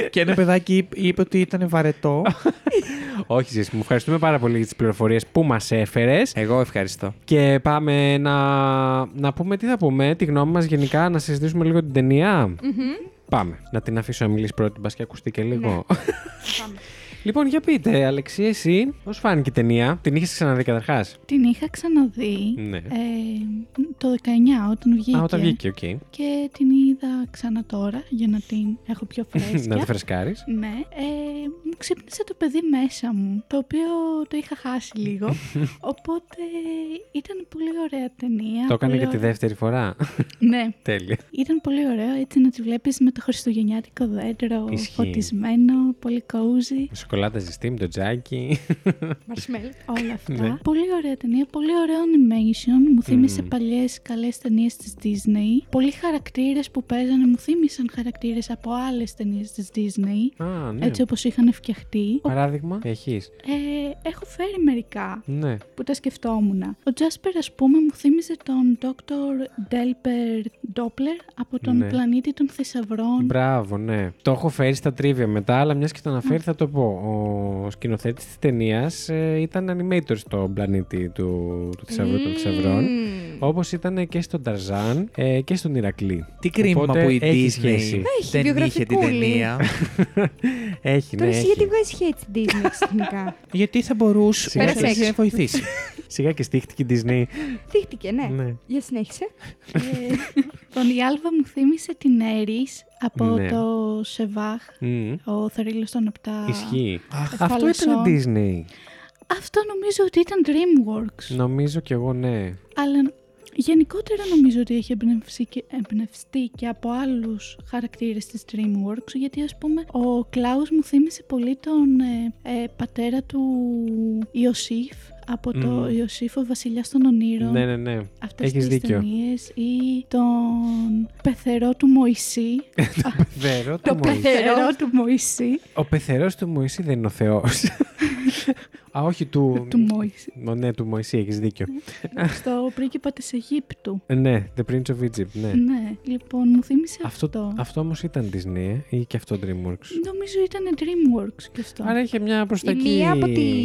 Speaker 3: και ένα παιδάκι είπ- είπε ότι ήταν βαρετό.
Speaker 1: Όχι, Ζήση, μου ευχαριστούμε πάρα πολύ για τις πληροφορίες που μας έφερες.
Speaker 3: Εγώ ευχαριστώ.
Speaker 1: Και πάμε να, να πούμε τι θα πούμε, τη γνώμη μας γενικά, να συζητήσουμε λίγο την ταινια Πάμε. Να την αφήσω να μιλήσει πρώτη, μπας και ακουστεί και λίγο.
Speaker 4: Ναι.
Speaker 2: Πάμε.
Speaker 1: λοιπόν, για πείτε, Αλεξή, εσύ, πώς φάνηκε η ταινία, την είχες ξαναδεί καταρχάς.
Speaker 4: Την είχα ξαναδεί
Speaker 1: Ναι.
Speaker 4: ε, το 19 όταν βγήκε.
Speaker 1: Α, όταν βγήκε, οκ.
Speaker 4: Και την είδα ξανά τώρα για να την έχω πιο φρέσκια.
Speaker 1: να τη φρεσκάρεις.
Speaker 4: Ναι, ε, μου ξύπνησε το παιδί μέσα μου, το οποίο το είχα χάσει λίγο. Οπότε ήταν πολύ ωραία ταινία.
Speaker 1: Το έκανε
Speaker 4: πολύ
Speaker 1: για τη
Speaker 4: ωραία-
Speaker 1: δεύτερη φορά.
Speaker 4: Ναι,
Speaker 1: Τέλεια.
Speaker 4: ήταν πολύ ωραίο έτσι να τη βλέπεις με το χριστουγεννιάτικο δέντρο,
Speaker 1: Ισχύει.
Speaker 4: φωτισμένο, πολύ cozy.
Speaker 1: Με σοκολάτα ζεστή, με το τζάκι.
Speaker 2: Μαρσμέλ.
Speaker 4: Όλα αυτά.
Speaker 1: Ναι.
Speaker 4: Πολύ ωραία ταινία, πολύ ωραίο animation. Μου θύμισε παλιές καλές ταινίες της Disney. Πολλοί χαρακτήρες που παίζανε μου θύμισαν χαρακτήρες από άλλες ταινίες της Disney.
Speaker 1: Α, ναι.
Speaker 4: Έτσι όπως είχαν φτιαχτεί. Ο-
Speaker 1: Παράδειγμα, έχεις.
Speaker 4: Ε, έχω φέρει μερικά
Speaker 1: Ναι.
Speaker 4: που τα σκεφτόμουν. Ο Τζάσπερ, ας πούμε, μου θύμιζε τον Dr. Delper Doppler από τον
Speaker 1: Ναι.
Speaker 4: πλανήτη των θησαυρών.
Speaker 1: Μπράβο, ναι. Το έχω φέρει στα τρίβια μετά, αλλά μιας και το αναφέρει, θα το πω. Ο σκηνοθέτης της ταινίας ε, ήταν animator στον πλανήτη του, του θησαυρού των θησαυρών.
Speaker 2: Μμμ.
Speaker 1: Όπως ήταν και στον Ταρζάν ε, και στον Ηρακλή.
Speaker 3: Τι κρίμα
Speaker 1: Οπότε
Speaker 3: που η
Speaker 1: έχει
Speaker 3: Disney
Speaker 1: σχέση.
Speaker 3: δεν είχε την
Speaker 2: βιογραφικούλη.
Speaker 3: ταινία.
Speaker 1: Έχει, ναι.
Speaker 2: Τώρα εσύ
Speaker 1: Έχει.
Speaker 2: γιατί βγάζει χέρι την Disney ξαφνικά.
Speaker 3: γιατί θα μπορούσε
Speaker 1: Σιγά
Speaker 3: να
Speaker 2: σιγά.
Speaker 3: σε βοηθήσει.
Speaker 1: Σιγά και στήχτηκε η Disney.
Speaker 2: Θύχτηκε, ναι.
Speaker 1: ναι.
Speaker 2: Για συνέχισε.
Speaker 4: Ε, τον Ιάλβα μου θύμισε την Έρης από
Speaker 1: Ναι.
Speaker 4: το Σεβάχ,
Speaker 1: Μμμ.
Speaker 4: ο θρύλος των επτά.
Speaker 1: Ισχύει.
Speaker 3: Αχ,
Speaker 1: Αυτό ήταν
Speaker 4: θάλασσων.
Speaker 1: Disney.
Speaker 4: Αυτό νομίζω ότι ήταν DreamWorks.
Speaker 1: Νομίζω κι εγώ ναι.
Speaker 4: Αλλά γενικότερα νομίζω ότι έχει εμπνευστεί και, εμπνευστεί και από άλλους χαρακτήρες της DreamWorks γιατί ας πούμε ο Κλάους μου θύμισε πολύ τον ε, ε, πατέρα του Ιωσήφ από το
Speaker 1: Μμμ.
Speaker 4: Ιωσήφ ο βασιλιάς των ονείρων
Speaker 1: Ναι, ναι, ναι.
Speaker 4: αυτές
Speaker 1: έχεις
Speaker 4: τις
Speaker 1: δίκιο.
Speaker 4: ταινίες ή τον πεθερό του Μωυσή
Speaker 1: Πεθερό του Ε, Μωυσή.
Speaker 4: πεθερό του Μωυσή
Speaker 1: Ο πεθερός του Μωυσή δεν είναι ο Θεός. Α, όχι του.
Speaker 4: του Μωυσή
Speaker 1: Ω, Ναι, του Μωυσή, έχεις δίκιο. ε.
Speaker 4: στο πρίγκιπα της Αιγύπτου
Speaker 1: Ναι, The Prince of Egypt, ναι.
Speaker 4: ναι λοιπόν μου θύμισε αυτό,
Speaker 1: Αυτό, αυτό όμως ήταν Disney ε, ή και αυτό
Speaker 2: Ναι,
Speaker 1: DreamWorks.
Speaker 4: Νομίζω ήταν DreamWorks και αυτό.
Speaker 1: Άρα είχε μια προ τα
Speaker 2: Η
Speaker 1: εκεί.
Speaker 2: μία από τη...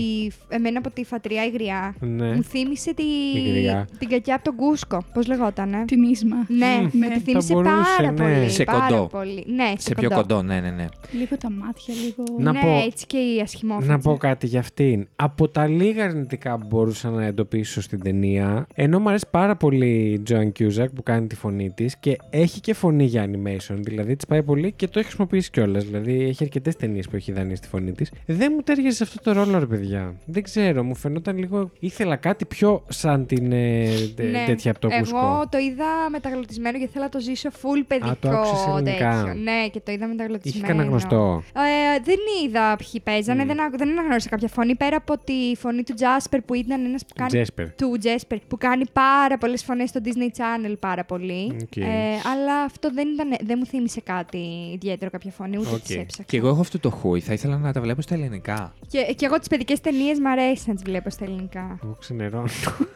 Speaker 2: Εμένα από τη φατριά η γριά.
Speaker 1: Ναι.
Speaker 2: Μου θύμισε τη...
Speaker 1: Η γριά.
Speaker 2: την κακιά από τον Κούσκο. Πώς λεγόταν, ε?
Speaker 4: Την Ίσμα.
Speaker 2: Ναι,
Speaker 1: Μμ,
Speaker 2: με
Speaker 4: ναι.
Speaker 2: τη
Speaker 1: Θα
Speaker 2: θύμισε
Speaker 1: μπορούσε,
Speaker 2: πάρα
Speaker 1: ναι.
Speaker 2: πολύ.
Speaker 3: Σε
Speaker 2: πάρα
Speaker 3: κοντό.
Speaker 2: Πολύ. Ναι, σε,
Speaker 3: Σε πιο κοντό, ναι, ναι, ναι.
Speaker 4: Λίγο τα μάτια, λίγο.
Speaker 1: Να
Speaker 2: ναι,
Speaker 1: πω-
Speaker 2: έτσι και η ασχημόφιτσα.
Speaker 1: Να πω κάτι για αυτήν. Από τα λίγα αρνητικά που μπορούσα να εντοπίσω στην ταινία, ενώ μου αρέσει πάρα πολύ η Joan Cusack που κάνει τη φωνή της και έχει και φωνή για animation, δηλαδή της πάει πολύ και το έχει χρησιμοποιήσει κιόλας. Δηλαδή έχει αρκετές ταινίες που έχει δανείσει τη φωνή της. Δεν μου τέριαζε σε αυτό το ρόλο, ρε παιδιά. Δεν ξέρω, μου φαινόταν λίγο. Ήθελα κάτι πιο σαν την ε, τε-
Speaker 2: Ναι.
Speaker 1: τέτοια από το κούσκο.
Speaker 2: Εγώ το είδα μεταγλωτισμένο γιατί θέλω να το ζήσω full παιδικό.
Speaker 1: άκουσες ελληνικά.
Speaker 2: τέτοιο. Ναι, και το είδα μεταγλωτισμένο.
Speaker 1: Είχε κανένα γνωστό. Mm.
Speaker 2: Ε, δεν είδα ποιοι παίζανε, δεν, άκου- δεν αναγνώρισα κάποια φωνή πέρα από τη φωνή του Τζάσπερ που ήταν ένας που κάνει.
Speaker 1: Τζέσπερ.
Speaker 2: Του Τζέσπερ που κάνει πάρα πολλές φωνές στο Disney Channel πάρα πολύ. Ε,
Speaker 1: Οκ.
Speaker 2: αλλά αυτό δεν, ήταν, δεν μου θύμισε κάτι ιδιαίτερο κάποια φωνή, ούτε
Speaker 1: Οκ.
Speaker 2: τις έψαξα.
Speaker 3: Και εγώ έχω αυτό το χούι. Θα ήθελα να τα βλέπω στα ελληνικά.
Speaker 2: Και, και εγώ τις παιδικές ταινίες μ' αρέσει να τις βλέπω στα ελληνικά.
Speaker 1: Εγώ ξενερώνω.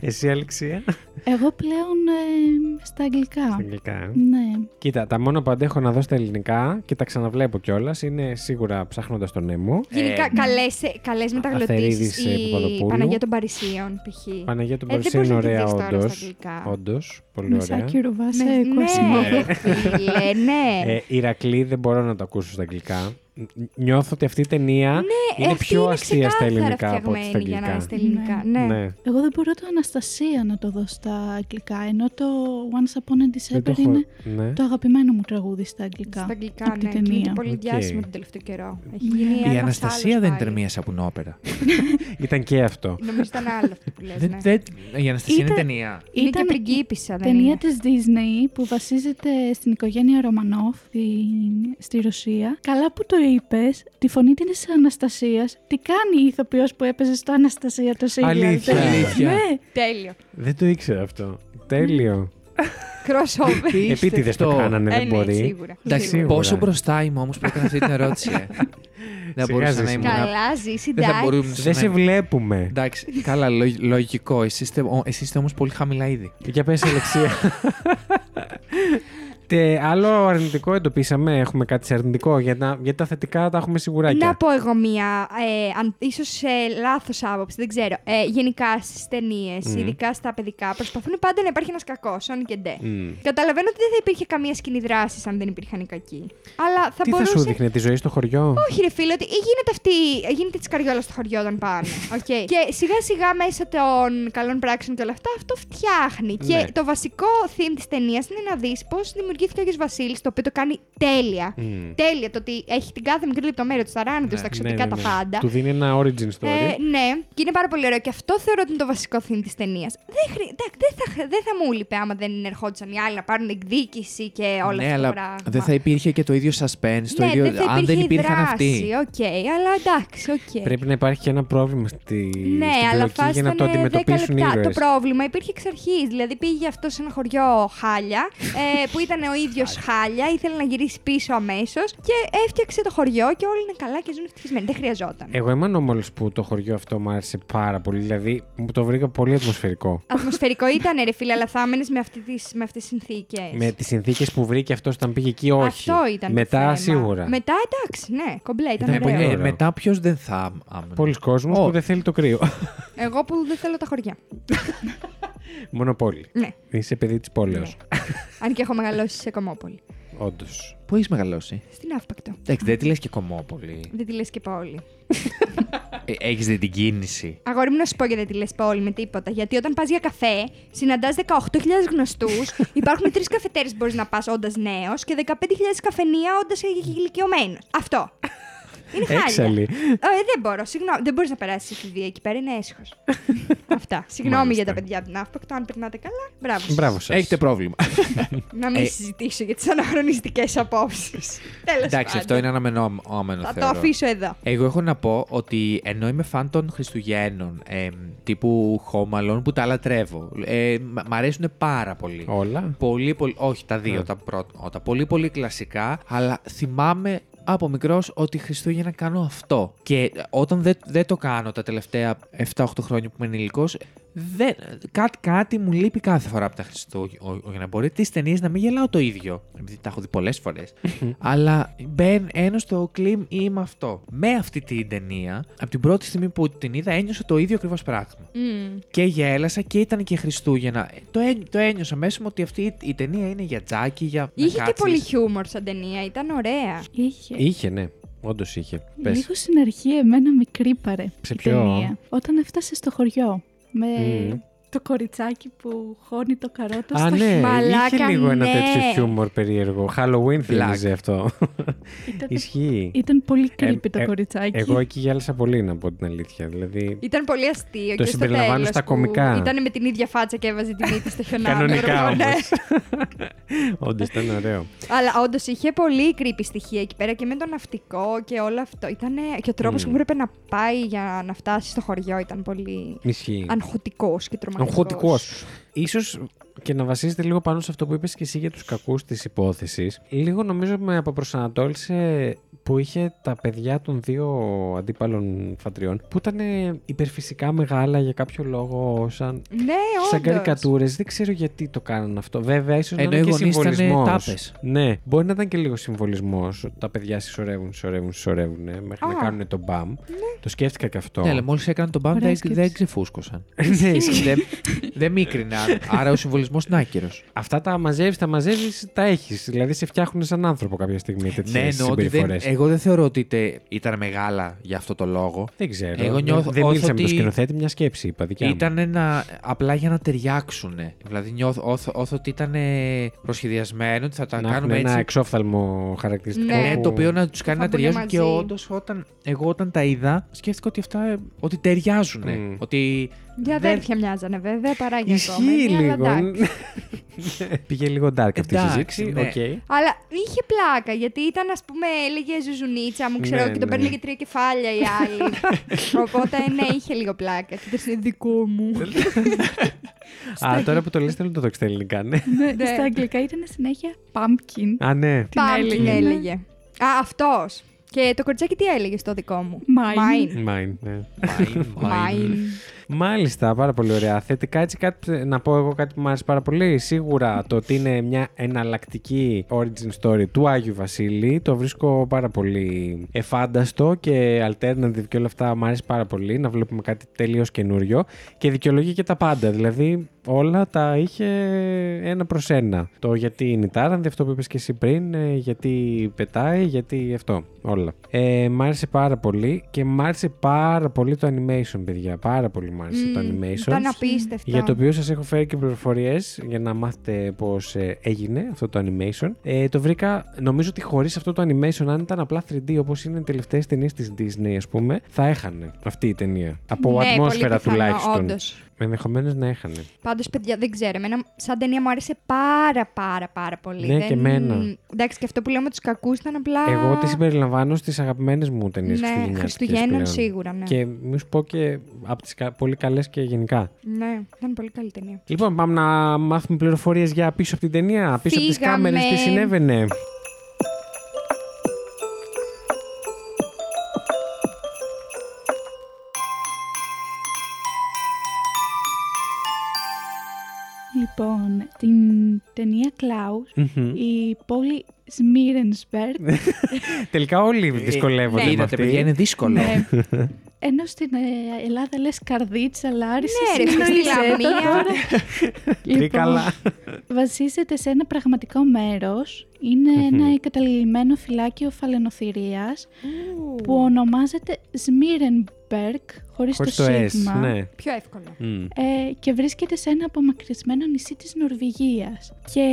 Speaker 1: Εσύ, Αλεξία.
Speaker 4: Εγώ πλέον ε, στα αγγλικά.
Speaker 1: Αγγλικά. ε.
Speaker 4: Ναι.
Speaker 1: Κοίτα, τα μόνα που αντέχω να δω στα ελληνικά και τα ξαναβλέπω κιόλας είναι σίγουρα ψάχνοντας τον νέμο.
Speaker 2: Γενικά,
Speaker 3: ναι.
Speaker 2: καλές,
Speaker 1: Αθερίδης,
Speaker 2: καλές μεταγλωτήσεις
Speaker 1: ε,
Speaker 2: η
Speaker 1: Παπαδοπούλου.
Speaker 2: Παναγία των Παρισίων, π.χ.
Speaker 1: Παναγία του
Speaker 2: Ε, δεν
Speaker 1: Παρισίου είναι
Speaker 2: μπορείς να τη
Speaker 1: ωραία,
Speaker 2: δεις τώρα στα
Speaker 1: όντως.
Speaker 2: αγγλικά.
Speaker 1: Όντως, πολύ
Speaker 4: Με
Speaker 1: ωραία.
Speaker 4: σάκι ρουβά σε
Speaker 2: Ναι, ναι,
Speaker 4: κοσμό.
Speaker 2: φίλε, ναι.
Speaker 1: Ε, Ηρακλή δεν μπορώ να το ακούσω στα αγγλικά. Ν- Νιώθω ότι αυτή η ταινία
Speaker 2: Ε,
Speaker 1: είναι
Speaker 2: αυτή
Speaker 1: πιο
Speaker 2: είναι
Speaker 1: αστεία στα
Speaker 2: ξεκάθαρα
Speaker 1: ελληνικά από ό,τι στα
Speaker 2: φτιαγμένη για να
Speaker 1: αγγλικά.
Speaker 2: είναι στα ελληνικά. Ναι.
Speaker 1: Ναι.
Speaker 4: Εγώ δεν μπορώ το Αναστασία να το δω στα αγγλικά, ενώ το Once Upon a
Speaker 1: Δεν το
Speaker 4: December
Speaker 1: έχω-
Speaker 4: είναι
Speaker 1: ναι.
Speaker 4: το αγαπημένο μου τραγούδι στα αγγλικά.
Speaker 2: Στα αγγλικά,
Speaker 4: από
Speaker 2: ναι.
Speaker 4: την
Speaker 2: και Είναι και
Speaker 4: ταινία.
Speaker 2: πολύ
Speaker 1: Οκ.
Speaker 2: διάσημο τον τελευταίο καιρό. Έχει
Speaker 1: Ναι.
Speaker 2: γίνει
Speaker 3: Η
Speaker 2: ένας
Speaker 3: Αναστασία
Speaker 2: άλλος
Speaker 3: δεν
Speaker 2: πάλι.
Speaker 3: ήταν μία σαπουνόπερα.
Speaker 1: Ήταν και αυτό.
Speaker 2: Νομίζω ήταν άλλο αυτό που λες, ναι.
Speaker 3: Δεν- δεν- Η Αναστασία είναι
Speaker 4: Ήταν-
Speaker 3: ταινία.
Speaker 2: Είναι και
Speaker 4: Ήταν
Speaker 2: πριγκίπισσα, δεν
Speaker 4: ταινία
Speaker 2: είναι.
Speaker 4: της Disney που βασίζεται στην οικογένεια Ρωμανόφ στην- στη Ρωσία. Καλά που το είπες, τη φωνή της Αναστασίας, τι κάνει η ηθοποιός που έπαιζε στο Αναστασία το σύγκλημα.
Speaker 1: Αλήθεια.
Speaker 3: Αλήθεια.
Speaker 4: Ναι.
Speaker 2: Τέλειο.
Speaker 1: Δεν το ήξερα αυτό. Τέλειο.
Speaker 2: Crossover.
Speaker 3: Τι είστε
Speaker 1: Επίτηδες το
Speaker 3: στο-
Speaker 1: κάνανε,
Speaker 2: Ε,
Speaker 1: δεν
Speaker 2: ναι,
Speaker 1: μπορεί.
Speaker 2: σίγουρα.
Speaker 3: Εντάξει,
Speaker 1: Σίγουρα.
Speaker 3: πόσο μπροστά είμαι όμως που έκανα αυτή την ερώτηση. ε.
Speaker 1: Σιγά
Speaker 3: Δεν μπορούσα να
Speaker 1: ζεις.
Speaker 3: ήμουν.
Speaker 2: Καλά, ζήσει,
Speaker 3: Δεν θα
Speaker 2: εντάξει.
Speaker 3: μπορούμε
Speaker 1: Δεν σε βλέπουμε.
Speaker 3: Εντάξει, καλά, λο- λογικό. Εσείς είστε, ο- εσείς είστε όμως πολύ χαμηλά ήδη.
Speaker 1: Για πες Αλεξία. Τε, άλλο αρνητικό εντοπίσαμε. Έχουμε κάτι σε αρνητικό. Για τα, για τα θετικά τα έχουμε
Speaker 2: Να
Speaker 1: σιγουράκια.
Speaker 2: πω εγώ μία, ε, αν, ίσως ε, λάθος άποψη, δεν ξέρω. Ε, γενικά στις ταινίες,
Speaker 1: Μμμ.
Speaker 2: ειδικά στα παιδικά, προσπαθούν πάντα να υπάρχει ένας κακός, όνει και ντε.
Speaker 1: Μμ.
Speaker 2: Καταλαβαίνω ότι δεν θα υπήρχε καμία σκηνή δράσης αν δεν υπήρχαν οι κακοί. Αλλά θα
Speaker 1: Τι θα
Speaker 2: μπορούσε...
Speaker 1: σου δείχνει, τη ζωή στο χωριό.
Speaker 2: Όχι, ρε φίλε, ότι ή γίνεται αυτή. ή Γίνεται της καριόλας στο χωριό όταν πάνε. Okay. και σιγά σιγά μέσα των καλών πράξεων και όλα αυτά, αυτό φτιάχνει.
Speaker 1: Ναι.
Speaker 2: Και το βασικό theme της ταινίας είναι να δεις πώς δημιουργήθηκε ο Άγιος Βασίλης, το οποίο το κάνει τέλεια.
Speaker 1: Μμ.
Speaker 2: Τέλεια το ότι έχει την κάθε μικρή λεπτομέρεια τους, τα ράνη τους,
Speaker 3: Ναι,
Speaker 2: τα
Speaker 1: Ναι,
Speaker 2: εξωτικά,
Speaker 1: ναι, ναι.
Speaker 2: τα πάντα.
Speaker 1: Του δίνει ένα origin story.
Speaker 2: Ε, ναι, και είναι πάρα πολύ ωραίο. Και αυτό θεωρώ ότι είναι το βασικό theme της ταινίας. Δεν, χρει- εντάξει, δεν, θα, δεν θα μου λείπε άμα δεν ερχόντουσαν οι άλλοι να πάρουν εκδίκηση και όλα
Speaker 3: ναι,
Speaker 2: αυτά
Speaker 3: αλλά
Speaker 2: τα πράγματα.
Speaker 3: δεν θα υπήρχε και το ίδιο suspense, το
Speaker 2: ναι,
Speaker 3: ίδιο,
Speaker 2: δεν θα
Speaker 3: αν δεν
Speaker 2: υπήρχε η
Speaker 3: υπήρχαν
Speaker 2: δράση,
Speaker 3: αυτοί. Ναι,
Speaker 2: Οκ, αλλά εντάξει, οκ.
Speaker 1: Πρέπει να υπάρχει και ένα πρόβλημα στη,
Speaker 2: Ναι,
Speaker 1: στην
Speaker 2: αλλά
Speaker 1: περιοχή για να το
Speaker 2: φάστανε 10
Speaker 1: αντιμετωπίσουν οι
Speaker 2: λεπτά. Το
Speaker 1: ήρωες.
Speaker 2: πρόβλημα υπήρχε εξ αρχής. Δηλαδή πήγε αυτός σε ένα χωριό χάλια, ε, που ήταν ο ίδιος χάλια, ήθελε να γυρίσει πίσω αμέσως και έφτιαξε το χωριό και όλοι είναι καλά και ζουν ευτυχισμένοι. Δεν χρειαζόταν.
Speaker 1: Εγώ είμαι ανώμαλος που το χωριό αυτό μου άρεσε πάρα πολύ. Δηλαδή, μου το βρήκα πολύ ατμοσφαιρικό.
Speaker 2: Ατμοσφαιρικό ήταν, ρε φίλε, αλλά θα έμενε με, αυτή τις- με αυτές τις συνθήκες.
Speaker 1: Με τις συνθήκες που βρήκε αυτός όταν πήγε εκεί, όχι.
Speaker 2: Αυτό ήταν. το
Speaker 1: Μετά
Speaker 2: θέμα.
Speaker 1: σίγουρα.
Speaker 2: Μετά εντάξει, ναι, κομπλέ, ήταν,
Speaker 1: Ήταν
Speaker 3: Ε,
Speaker 2: ωραίο.
Speaker 1: πολύ
Speaker 3: ε,
Speaker 1: ωραίο.
Speaker 3: μετά ποιος δεν θα άμενε.
Speaker 1: Πολλοί κόσμοι
Speaker 3: Ω,
Speaker 1: που δεν θέλει το κρύο.
Speaker 2: Εγώ που δεν θέλω τα χωριά.
Speaker 1: Μονοπόλι.
Speaker 2: Ναι.
Speaker 1: Είσαι παιδί της πόλεως.
Speaker 2: Αν και έχω μεγαλώσει σε κομμόπολη.
Speaker 1: Όντως.
Speaker 3: Πού έχεις μεγαλώσει.
Speaker 2: Στην Αύπακτο.
Speaker 3: Εντάξει, δεν τη λες και κομμόπολη.
Speaker 2: Δεν τη λες και πόλη.
Speaker 3: Ε, έχεις δει την κίνηση.
Speaker 2: Αγόρι μου να σου πω και δεν τη λες πόλη με τίποτα. Γιατί όταν πας για καφέ, συναντάς 18.000 γνωστούς, υπάρχουν τρεις καφετέρες που μπορείς να πας όντας νέος και 15.000 καφενεία όντας ηλικιωμένο. Αυτό. Είναι χάλια.
Speaker 1: Έξαλλη.
Speaker 2: Ε, δεν μπορώ, συγγνώμη. Δεν μπορείς να περάσεις εφηβεία εκεί πέρα, είναι έσχος. Αυτά. Συγγνώμη
Speaker 1: Μάλιστα.
Speaker 2: για τα παιδιά από την Αύπακτο. Αν περνάτε καλά, μπράβο. σας.
Speaker 1: Μπράβο σας.
Speaker 3: Έχετε πρόβλημα.
Speaker 2: Να μην
Speaker 3: Ε.
Speaker 2: συζητήσω για τις αναχρονιστικές απόψεις. Τέλος πάντων.
Speaker 3: Εντάξει, αυτό είναι αναμενόμενο.
Speaker 2: Θα το
Speaker 3: θεωρώ.
Speaker 2: αφήσω εδώ.
Speaker 3: Εγώ έχω να πω ότι ενώ είμαι φαν των Χριστουγέννων, ε, τύπου χώμαλων, που τα λατρεύω, ε, μ' μ' αρέσουν πάρα πολύ.
Speaker 1: Όλα.
Speaker 3: Πολύ, πολύ, όχι τα δύο,
Speaker 1: Ναι.
Speaker 3: τα πρώτα. Τα πολύ, πολύ κλασικά, αλλά θυμάμαι από μικρός ότι Χριστούγεννα κάνω αυτό. Και ε, όταν δεν δεν το κάνω τα τελευταία 7-8 χρόνια που είμαι ενηλικό, κάτι, κάτι μου λείπει κάθε φορά από τα Χριστούγεννα. Μπορεί τις ταινίες να μην γελάω το ίδιο, επειδή τα έχω δει πολλές φορές. αλλά μπαίνω ένω στο κλιμ είμαι αυτό. Με αυτή την ταινία, από την πρώτη στιγμή που την είδα, ένιωσα το ίδιο ακριβώς πράγμα
Speaker 2: Μμμ.
Speaker 3: και γέλασα και ήταν και Χριστούγεννα. Ε, Το, έ- το ένιωσα μέσα μου ότι αυτή η, η ταινία είναι για τζάκι, για να
Speaker 2: Είχε και
Speaker 3: κάτσεις.
Speaker 2: πολύ χιούμορ σαν ταινία, ήταν ωραία.
Speaker 4: Είχε.
Speaker 1: Είχε, ναι. Όντως είχε. Πες.
Speaker 4: Λίγο στην αρχή εμένα με κρύπαρε
Speaker 1: Σε
Speaker 4: η
Speaker 1: ποιο?
Speaker 4: ταινία. Όταν έφτασε στο χωριό με
Speaker 1: Μμμ.
Speaker 4: το κοριτσάκι που χώνει το καρότο
Speaker 1: Α,
Speaker 4: στο
Speaker 1: ναι,
Speaker 2: Μαλάκα,
Speaker 1: είχε λίγο ένα
Speaker 2: ναι.
Speaker 1: τέτοιο χιούμορ περίεργο. Halloween θύμιζε αυτό.
Speaker 4: Ήταν,
Speaker 1: Ισχύει.
Speaker 4: ήταν πολύ
Speaker 1: Ε,
Speaker 4: κρύπη το
Speaker 1: ε,
Speaker 4: κοριτσάκι.
Speaker 1: Εγώ εκεί γυάλισα πολύ, να πω την αλήθεια. Δηλαδή,
Speaker 2: Ήταν πολύ αστείο.
Speaker 1: Το
Speaker 2: και στο
Speaker 1: συμπεριλαμβάνω
Speaker 2: τέλος
Speaker 1: στα
Speaker 2: που
Speaker 1: κομικά.
Speaker 2: Ήταν με την ίδια φάτσα και έβαζε τη μύτη στο χιονάδρο.
Speaker 1: Κανονικά
Speaker 2: ναι.
Speaker 1: όμως. όντως ήταν ωραίο.
Speaker 2: Αλλά όντως είχε πολύ creepy στοιχεία εκεί πέρα και με το ναυτικό και όλο αυτό. Ήτανε... Και ο τρόπος
Speaker 1: Μμ.
Speaker 2: που έπρεπε να πάει για να φτάσει στο χωριό ήταν πολύ
Speaker 1: Ισχύει.
Speaker 2: αγχωτικό και τρομακτικό.
Speaker 1: Αγχωτικό. Ίσως και να βασίζεται λίγο πάνω σε αυτό που είπες και εσύ για τους κακούς της υπόθεσης. Λίγο νομίζω με αποπροσανατόλισε που είχε τα παιδιά των δύο αντίπαλων φατριών που ήταν υπερφυσικά μεγάλα για κάποιο λόγο σαν...
Speaker 2: Ναι,
Speaker 1: Σαν
Speaker 2: όντως.
Speaker 1: καρικατούρες, δεν ξέρω γιατί το κάνανε αυτό. Βέβαια, ίσως να
Speaker 3: Ενώ
Speaker 1: είναι
Speaker 3: οι
Speaker 1: και
Speaker 3: γονείς ήταν
Speaker 1: συμβολισμός.
Speaker 3: τάπες.
Speaker 1: Ναι, μπορεί να ήταν και λίγο συμβολισμός. Τα παιδιά συσσωρεύουν, συσσωρεύουν, συσσωρεύουν μέχρι να
Speaker 2: Α. Ναι.
Speaker 1: κάνουν το μπαμ. Το σκέφτηκα και αυτό.
Speaker 3: Ναι, αλλά μόλις έκαναν τον μπαμ
Speaker 4: Ωραία
Speaker 3: δεν,
Speaker 4: σκέψη.
Speaker 3: δεν ξεφούσκωσαν. Ε,
Speaker 1: Ναι, ισχύει.
Speaker 3: δεν, δεν μίκριναν. Άρα ο συμβολισμός είναι άκυρος.
Speaker 1: Αυτά τα μαζεύεις, τα μαζεύεις, τα έχεις. Δηλαδή σε φτιάχνουν σαν άνθρωπο κάποια στιγμή τέτοιες
Speaker 3: Ναι, εννοώ ότι δεν,
Speaker 1: συμπεριφορές.
Speaker 3: εγώ Εγώ δεν θεωρώ ότι είτε ήταν μεγάλα για αυτό το λόγο.
Speaker 1: Δεν ξέρω.
Speaker 3: Εγώ
Speaker 1: Δεν-
Speaker 3: νιώθω-
Speaker 1: δεν
Speaker 3: νιώθω
Speaker 1: μίλησα με τον
Speaker 3: ότι-
Speaker 1: σκηνοθέτη, μια σκέψη είπα. Δικιά μου.
Speaker 3: Ήταν ένα, απλά για να ταιριάξουν. Δηλαδή νιώθω όθω- όθω ότι ήταν ε, προσχεδιασμένο, ότι θα τα
Speaker 1: να έχουν
Speaker 3: κάνουμε
Speaker 1: ένα
Speaker 3: έτσι.
Speaker 1: εξόφθαλμο χαρακτηριστικό.
Speaker 2: Ναι.
Speaker 3: Ναι,
Speaker 1: που-
Speaker 3: το οποίο να τους κάνει
Speaker 2: θα μπουνε
Speaker 3: να ταιριάζουν. Και
Speaker 2: μαζί.
Speaker 3: όντως, όταν, εγώ όταν τα είδα, σκέφτηκα ότι αυτά ε, ότι ταιριάζουν.
Speaker 1: Μμ.
Speaker 3: Ότι
Speaker 2: Για
Speaker 3: δεν-
Speaker 2: αδέρφια μοιάζανε βέβαια παρά για
Speaker 1: Ισχύει
Speaker 2: κόμενοι, αλλά
Speaker 1: λίγο.
Speaker 2: εντάξει.
Speaker 1: Ναι. Πήγε λίγο dark αυτή η
Speaker 3: Εντάξει,
Speaker 1: συζήτηση.
Speaker 3: ναι.
Speaker 1: οκ.
Speaker 2: Αλλά είχε πλάκα γιατί ήταν, ας πούμε, έλεγε Ζουζουνίτσα μου, ξέρω,
Speaker 1: Ναι,
Speaker 2: και τον
Speaker 1: ναι.
Speaker 2: παίρνει και τρία κεφάλια οι άλλοι. Οπότε ναι, είχε λίγο πλάκα. Και ήταν «Είναι δικό μου.
Speaker 1: Α, τώρα που το λες θέλω να το δω στα ελληνικά, ναι.
Speaker 4: Ναι,
Speaker 2: Ναι.
Speaker 4: Στα αγγλικά ήταν συνέχεια pumpkin.
Speaker 1: Α, ναι.
Speaker 2: Πάμπκιν
Speaker 4: έλεγε.
Speaker 2: έλεγε. Α, αυτός. Και το κοριτσάκι τι έλεγε στο δικό μου.
Speaker 4: Mine.
Speaker 1: Mine, ναι.
Speaker 2: Mine.
Speaker 1: Μάλιστα, πάρα πολύ ωραία. Θετικά έτσι κάτι, να πω εγώ κάτι που μου άρεσε πάρα πολύ. Σίγουρα το ότι είναι μια εναλλακτική origin story του Άγιου Βασίλη το βρίσκω πάρα πολύ εφάνταστο και alternative και όλα αυτά μου άρεσε πάρα πολύ να βλέπουμε κάτι τελείως καινούριο και δικαιολογεί και τα πάντα. Δηλαδή όλα τα είχε ένα προς ένα. Το γιατί είναι η τάρανδη, αυτό που είπες και εσύ πριν, ε, γιατί πετάει, γιατί αυτό, όλα. Ε, μ' άρεσε πάρα πολύ και μ' άρεσε πάρα πολύ το animation, παιδιά. Πάρα πολύ μ' άρεσε το
Speaker 2: Μμμ,
Speaker 1: animation.
Speaker 2: Ήταν απίστευτο.
Speaker 1: Για το οποίο σας έχω φέρει και πληροφορίες για να μάθετε πώς ε, έγινε αυτό το animation. Ε, το βρήκα, νομίζω ότι χωρίς αυτό το animation, αν ήταν απλά 3D όπως είναι οι τελευταίες ταινίες της Disney ας πούμε, θα έχανε αυτή η ταινία. Από
Speaker 2: ναι,
Speaker 1: ατμόσφαιρα
Speaker 2: πολύ
Speaker 1: τουλάχιστον.
Speaker 2: Όντως.
Speaker 1: Ενδεχομένως να έχανε.
Speaker 2: Πάντως, παιδιά, δεν ξέρω. Εμένα, σαν ταινία μου άρεσε πάρα πάρα πάρα πολύ.
Speaker 1: Ναι,
Speaker 2: δεν...
Speaker 1: και εμένα.
Speaker 2: Εντάξει, και αυτό που λέμε τους κακούς ήταν απλά.
Speaker 1: Εγώ τη συμπεριλαμβάνω στις αγαπημένες μου ταινίες
Speaker 2: Ναι,
Speaker 1: Χριστουγεννιάτικες
Speaker 2: Χριστουγέννων
Speaker 1: πλέον.
Speaker 2: σίγουρα. Ναι.
Speaker 1: Και μη σου πω και από τι πολύ καλές και γενικά.
Speaker 2: ναι, ήταν πολύ καλή ταινία.
Speaker 1: Λοιπόν, πάμε να μάθουμε πληροφορίες για πίσω από την ταινία, πίσω από τις
Speaker 2: Φύγαμε.
Speaker 1: κάμερες, τι συνέβαινε.
Speaker 4: Λοιπόν, την ταινία Klaus,
Speaker 1: Μμμ.
Speaker 4: η πόλη Σμίρενσμπεργκ
Speaker 1: Ναι. Τελικά όλοι δυσκολεύονται.
Speaker 2: ναι.
Speaker 1: με
Speaker 3: Είδατε,
Speaker 1: αυτή.
Speaker 3: παιδιά, είναι δύσκολο.
Speaker 4: Ναι. Ενώ στην ε, Ελλάδα λες καρδίτσα, λάρισα,
Speaker 2: Ναι, ρε, στη Λαμία.
Speaker 1: Τρίκαλα.
Speaker 4: Λοιπόν, βασίζεται σε ένα πραγματικό μέρος. Είναι
Speaker 1: Mm-hmm.
Speaker 4: ένα εγκαταλειμμένο φυλάκιο φαλαινοθυρίας που ονομάζεται Σμίρενμπεργκ, χωρίς,
Speaker 1: Χωρίς Mm. το
Speaker 4: το
Speaker 1: S.
Speaker 4: σίγμα.
Speaker 1: Ναι.
Speaker 2: Πιο εύκολο.
Speaker 1: Μμ.
Speaker 4: ε, και βρίσκεται σε ένα απομακρυσμένο νησί της Νορβηγίας. Και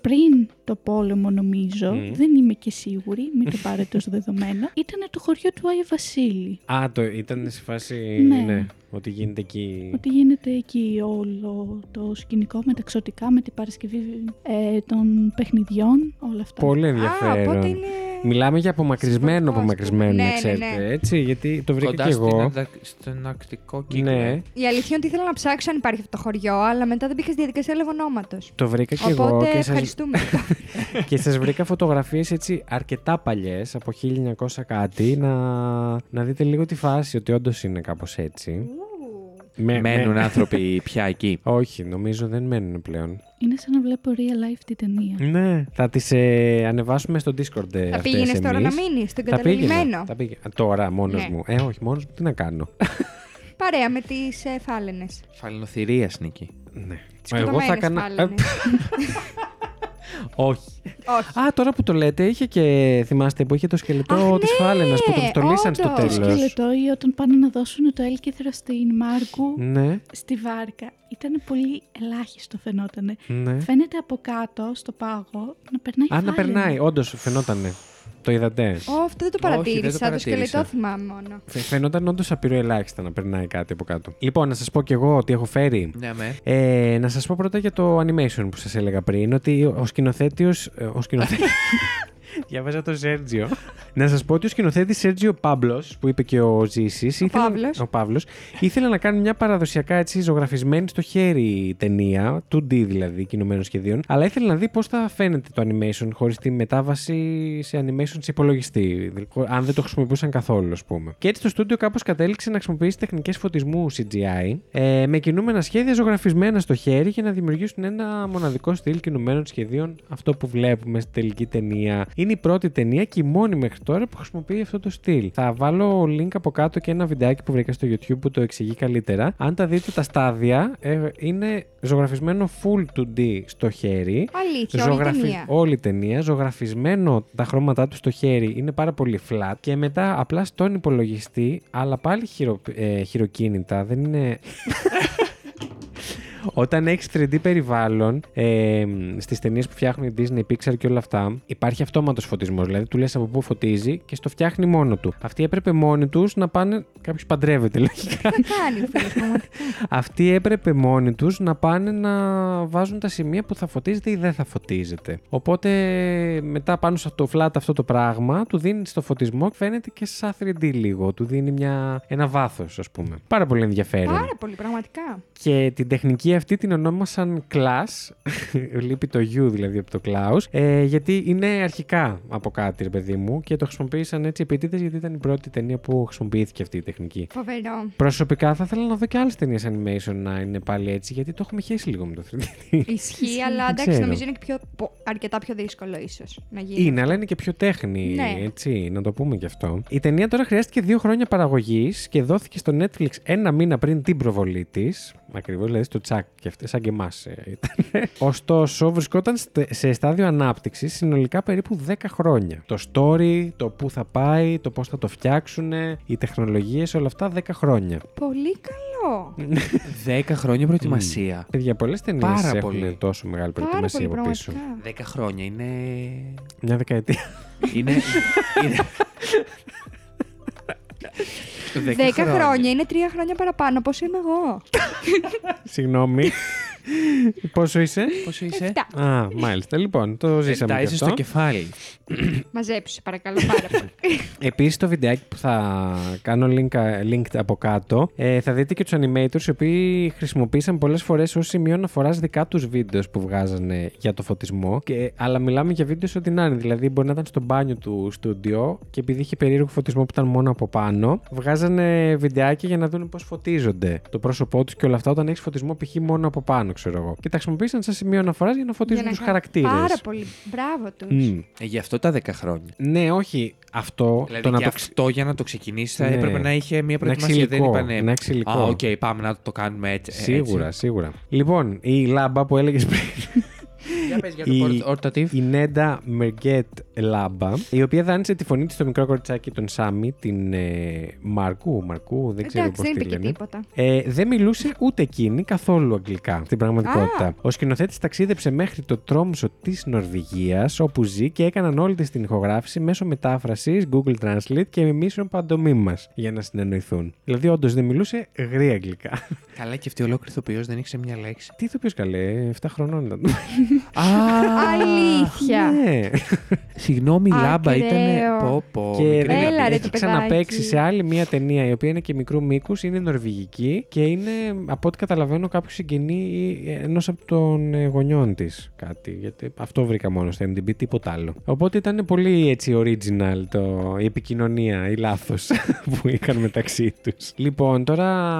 Speaker 4: πριν το πόλεμο νομίζω,
Speaker 1: Μμμ.
Speaker 4: δεν είμαι και σίγουρη, μην το πάρετε ως δεδομένο, ήταν το χωριό του Άγιου Βασίλη.
Speaker 1: Α, το ήταν σε φάση.
Speaker 4: Ναι.
Speaker 1: Ναι, ότι γίνεται εκεί.
Speaker 4: Ότι γίνεται εκεί όλο το σκηνικό με τα ξωτικά, με την Παρασκευή ε, των παιχνιδιών, όλα αυτά.
Speaker 1: Πολύ
Speaker 2: Α, οπότε
Speaker 1: ενδιαφέρον.
Speaker 2: είναι.
Speaker 1: Μιλάμε για απομακρυσμένο,
Speaker 2: Σημαντικό, ας
Speaker 1: απομακρυσμένο,
Speaker 2: πούμε.
Speaker 1: να
Speaker 2: Ναι, ναι,
Speaker 1: ξέρετε.
Speaker 2: ναι.
Speaker 1: Έτσι, γιατί το βρήκα
Speaker 3: Κοντά
Speaker 1: και
Speaker 3: στην
Speaker 1: εγώ.
Speaker 3: αντα- στον αρκτικό κύκλο.
Speaker 1: Ναι,
Speaker 2: Η αλήθεια είναι ότι ήθελα να ψάξω αν υπάρχει αυτό το χωριό, αλλά μετά δεν μπήκα στη διαδικασία λεγονόματο.
Speaker 1: το βρήκα Ε, και εγώ
Speaker 2: Οπότε
Speaker 1: και σας,
Speaker 2: ευχαριστούμε.
Speaker 1: Και σας βρήκα φωτογραφίες έτσι αρκετά παλιές από 1900 κάτι να, να δείτε λίγο τη φάση ότι όντως είναι κάπως έτσι.
Speaker 2: Ου.
Speaker 1: Με,
Speaker 3: Μένουν
Speaker 1: με-
Speaker 3: άνθρωποι πια εκεί.
Speaker 1: Όχι, νομίζω δεν μένουν πλέον.
Speaker 4: Είναι σαν να βλέπω real life την ταινία.
Speaker 1: Ναι. Θα τις ε, ανεβάσουμε στο Discord ε,
Speaker 2: Θα
Speaker 1: αυτές
Speaker 2: πήγαινες τώρα να
Speaker 1: εμείς.
Speaker 2: μείνει στον
Speaker 1: Θα πήγαινα,
Speaker 2: καταλημμένο.
Speaker 1: θα πήγαινα. Α, Τώρα μόνος
Speaker 2: Ναι.
Speaker 1: μου. Ε, όχι, μόνος μου τι να κάνω.
Speaker 2: Παρέα με τις ε, φάλαινες.
Speaker 3: Φαλαινοθυρία, Νίκη.
Speaker 1: ναι.
Speaker 2: Τις σκοτωμένες φάλαινε.
Speaker 1: όχι.
Speaker 2: Όχι.
Speaker 1: Α, τώρα που το λέτε, είχε και θυμάστε που είχε το σκελετό
Speaker 2: Αχ,
Speaker 1: της
Speaker 2: ναι,
Speaker 1: φάλαινας που τον στολίσαν στο
Speaker 2: όντως.
Speaker 4: Το
Speaker 2: Τέλος.
Speaker 4: σκελετό ή όταν πάνε να δώσουν το έλκυθρο στην Μάρκου
Speaker 1: Ναι,
Speaker 4: στη βάρκα ήταν πολύ ελάχιστο φαινότανε.
Speaker 1: ναι.
Speaker 4: Φαίνεται από κάτω στο πάγο να περνάει
Speaker 1: Α, να
Speaker 4: φάλαινο.
Speaker 1: περνάει, όντως φαινότανε. Το είδατε.
Speaker 2: Ω, αυτό δεν το
Speaker 3: το
Speaker 2: παρατήρησα. Το
Speaker 3: παρατήρησα.
Speaker 2: σκελετό θυμάμαι μόνο.
Speaker 1: Φαι- Φαινόταν όντως απειροελάχιστα να περνάει κάτι από κάτω. Λοιπόν, να σας πω κι εγώ τι έχω φέρει.
Speaker 3: Ναι, με.
Speaker 1: Ε, να σας πω πρώτα για το animation που σας έλεγα πριν. Ότι ο σκηνοθέτηο. Ο σκηνοθέτη. Διαβάζα τον Σέρτζιο. να σας πω ότι ο σκηνοθέτης Σέρτζιο Πάμπλο, που είπε και ο Ζήσης.
Speaker 2: Παύλος.
Speaker 1: Ο Παύλος, ήθελε να κάνει μια παραδοσιακά έτσι ζωγραφισμένη στο χέρι ταινία, 2D δηλαδή, κινουμένων σχεδίων. Αλλά ήθελε να δει πώς θα φαίνεται το animation χωρίς τη μετάβαση σε animation σε υπολογιστή. δηλαδή, Αν δεν το χρησιμοποιούσαν καθόλου, ας πούμε. Και έτσι το στούντιο κάπως κατέληξε να χρησιμοποιήσει τεχνικές φωτισμού CGI ε, με κινούμενα σχέδια ζωγραφισμένα στο χέρι για να δημιουργήσουν ένα μοναδικό στυλ κινουμένων σχεδίων. Αυτό που βλέπουμε στην τελική ταινία. Είναι η πρώτη ταινία και η μόνη μέχρι τώρα που χρησιμοποιεί αυτό το στυλ. Θα βάλω link από κάτω και ένα βιντεάκι που βρήκα στο YouTube που το εξηγεί καλύτερα. Αν τα δείτε, τα στάδια ε, είναι ζωγραφισμένο full 2D στο χέρι.
Speaker 2: Αλήθεια, όλη η
Speaker 1: Ζωγραφι-
Speaker 2: ταινία.
Speaker 1: όλη η ταινία. Ζωγραφισμένο τα χρώματά του στο χέρι είναι πάρα πολύ flat και μετά απλά στον υπολογιστή, αλλά πάλι χειρο, ε, χειροκίνητα. Δεν είναι. Όταν έχεις 3D περιβάλλον ε, στις ταινίες που φτιάχνουν η Disney, η Pixar και όλα αυτά, υπάρχει αυτόματος φωτισμός. Δηλαδή, του λες από πού φωτίζει και στο φτιάχνει μόνο του. Αυτοί έπρεπε μόνοι τους να πάνε. Κάποιος παντρεύεται, λογικά.
Speaker 2: Τι θα κάνει ο φίλος πραγματικά.
Speaker 1: Αυτοί έπρεπε μόνοι τους να πάνε να βάζουν τα σημεία που θα φωτίζεται ή δεν θα φωτίζεται. Οπότε μετά πάνω σε αυτό το flat αυτό το πράγμα, του δίνεις στο φωτισμό και φαίνεται και σαν 3D λίγο. Του δίνει μια, ένα βάθος, ας πούμε. Πάρα πολύ ενδιαφέρον.
Speaker 2: Πάρα πολύ, πραγματικά.
Speaker 1: Και την τεχνική αυτή την ονόμασαν class, λείπει το U δηλαδή από το Klaus, ε, γιατί είναι αρχικά από κάτι, ρε παιδί μου, και το χρησιμοποίησαν έτσι επίτηδες γιατί ήταν η πρώτη ταινία που χρησιμοποιήθηκε αυτή η τεχνική.
Speaker 2: Φοβερό.
Speaker 1: Προσωπικά θα ήθελα να δω και άλλες ταινίες animation να είναι πάλι έτσι, γιατί το έχουμε χέσει λίγο με το 3D.
Speaker 2: Ισχύει,
Speaker 4: Ισχύει,
Speaker 2: αλλά
Speaker 1: δεν
Speaker 2: εντάξει,
Speaker 1: ξέρω.
Speaker 2: νομίζω είναι και πιο, πο- αρκετά πιο δύσκολο ίσως να γίνει.
Speaker 1: Είναι, αλλά είναι και πιο τέχνη,
Speaker 2: Ναι.
Speaker 1: έτσι, να το πούμε και αυτό. Η ταινία τώρα χρειάστηκε δύο χρόνια παραγωγής και δόθηκε στο Netflix ένα μήνα πριν την προβολή της. Ακριβώς, δηλαδή στο τσακ και αυτές, σαν και εμάς ήταν. Ωστόσο, βρισκόταν στε- σε στάδιο ανάπτυξης συνολικά περίπου 10 χρόνια. Το story, το πού θα πάει, το πώς θα το φτιάξουν, οι τεχνολογίες, όλα αυτά 10 χρόνια.
Speaker 2: Πολύ καλό.
Speaker 3: Δέκα χρόνια προετοιμασία.
Speaker 1: Παιδιά, πολλές ταινίες
Speaker 3: Πάρα
Speaker 1: έχουν
Speaker 3: πολύ.
Speaker 1: τόσο μεγάλη
Speaker 2: Πάρα
Speaker 1: προετοιμασία
Speaker 2: πολύ
Speaker 1: από πίσω.
Speaker 2: πραγματικά.
Speaker 3: Δέκα χρόνια είναι.
Speaker 1: Μια δεκαετία.
Speaker 3: είναι. είναι...
Speaker 2: Δέκα χρόνια είναι τρία χρόνια παραπάνω. Πώς είμαι εγώ.
Speaker 1: Συγγνώμη. Πόσο είσαι?
Speaker 3: Πόσο είσαι.
Speaker 2: Εφτά.
Speaker 1: Α, μάλιστα. Λοιπόν, το ζήσαμε
Speaker 3: Τα
Speaker 1: και
Speaker 3: είσαι
Speaker 1: αυτό.
Speaker 3: στο κεφάλι.
Speaker 2: Μαζέψου, σε παρακαλώ πάρα πολύ.
Speaker 1: Επίσης το βιντεάκι που θα κάνω link, linked από κάτω ε, θα δείτε και τους animators οι οποίοι χρησιμοποίησαν πολλές φορές ως σημείο αναφοράς δικά τους βίντεος που βγάζανε για το φωτισμό και, αλλά μιλάμε για βίντεο ό,τι να είναι δηλαδή μπορεί να ήταν στο μπάνιο του στούντιο και επειδή είχε περίεργο φωτισμό που ήταν μόνο από πάνω βγάζανε βιντεάκια για να δουν πώς φωτίζονται το πρόσωπό τους και όλα αυτά όταν έχεις φωτισμό π.χ. μόνο από πάνω ξέρω εγώ και τα χρησιμοποίησαν σαν σημείο αναφοράς για να φωτίζουν
Speaker 2: Για να
Speaker 1: τους
Speaker 2: κάνω-
Speaker 1: χαρακτήρες
Speaker 2: Πάρα πολύ. Μπράβο τους.
Speaker 1: Μμμ.
Speaker 3: Ε, Γι' αυτό τα 10 χρόνια.
Speaker 1: Ναι, όχι αυτό.
Speaker 3: Δηλαδή
Speaker 1: το να
Speaker 3: και
Speaker 1: το
Speaker 3: αυτό για να το ξεκινήσεις θα
Speaker 1: Ναι.
Speaker 3: έπρεπε να είχε μια
Speaker 1: Να έχει
Speaker 3: προετοιμασία. Δεν
Speaker 1: υλικό,
Speaker 3: είπανε.
Speaker 1: να έχει υλικό.
Speaker 3: Α, οκ, πάμε να το κάνουμε έτσι. ε,
Speaker 1: Σίγουρα, σίγουρα. Λοιπόν, η λάμπα που έλεγες πριν.
Speaker 3: έτσι. Για πες για
Speaker 1: Η-
Speaker 3: το πόρτ- ορτατίβ.
Speaker 1: Η Νέντα Μεργκέτ Λάμπα, η οποία δάνεισε τη φωνή της στο μικρό κοριτσάκι τον Σάμι, την ε, Μαρκού. Μαρκού, δεν ξέρω
Speaker 2: Εντάξει,
Speaker 1: πώς
Speaker 2: δεν
Speaker 1: τη
Speaker 2: είπε και
Speaker 1: λένε.
Speaker 2: τίποτα.
Speaker 1: Ε, δεν μιλούσε ούτε εκείνη καθόλου αγγλικά στην πραγματικότητα.
Speaker 2: Α.
Speaker 1: Ο σκηνοθέτης ταξίδεψε μέχρι το Τρόμσο της Νορβηγίας, όπου ζει και έκαναν όλη της την ηχογράφηση μέσω μετάφρασης Google Translate και μιμήσεων παντομήμα για να συνεννοηθούν. Δηλαδή, όντως δεν μιλούσε γρήγορα αγγλικά.
Speaker 3: Καλά, και αυτή η ολόκληρη ηθοποιός δεν ήξερε μια λέξη.
Speaker 1: Τι ηθοποιός καλέ, 7 χρονών ήταν.
Speaker 2: Αλήθεια.
Speaker 1: Ναι.
Speaker 3: Συγγνώμη, η λάμπα
Speaker 2: Ακραίο.
Speaker 3: ήταν. Πω, πω.
Speaker 1: Και
Speaker 3: μικρή Ε,
Speaker 2: Έλα,
Speaker 3: λαμπή.
Speaker 2: ρε,
Speaker 1: έχει
Speaker 2: το
Speaker 1: ξαναπέξει
Speaker 2: παιδάκι.
Speaker 1: σε άλλη μία ταινία η οποία είναι και μικρού μήκους, είναι νορβηγική και είναι από ό,τι καταλαβαίνω κάποιος συγγενή ενό από των ε, γονιών της. Κάτι. Γιατί αυτό βρήκα μόνο στο MDB, τίποτα άλλο. Οπότε ήταν πολύ έτσι original το, η επικοινωνία, η λάθος που είχαν μεταξύ τους. Λοιπόν, τώρα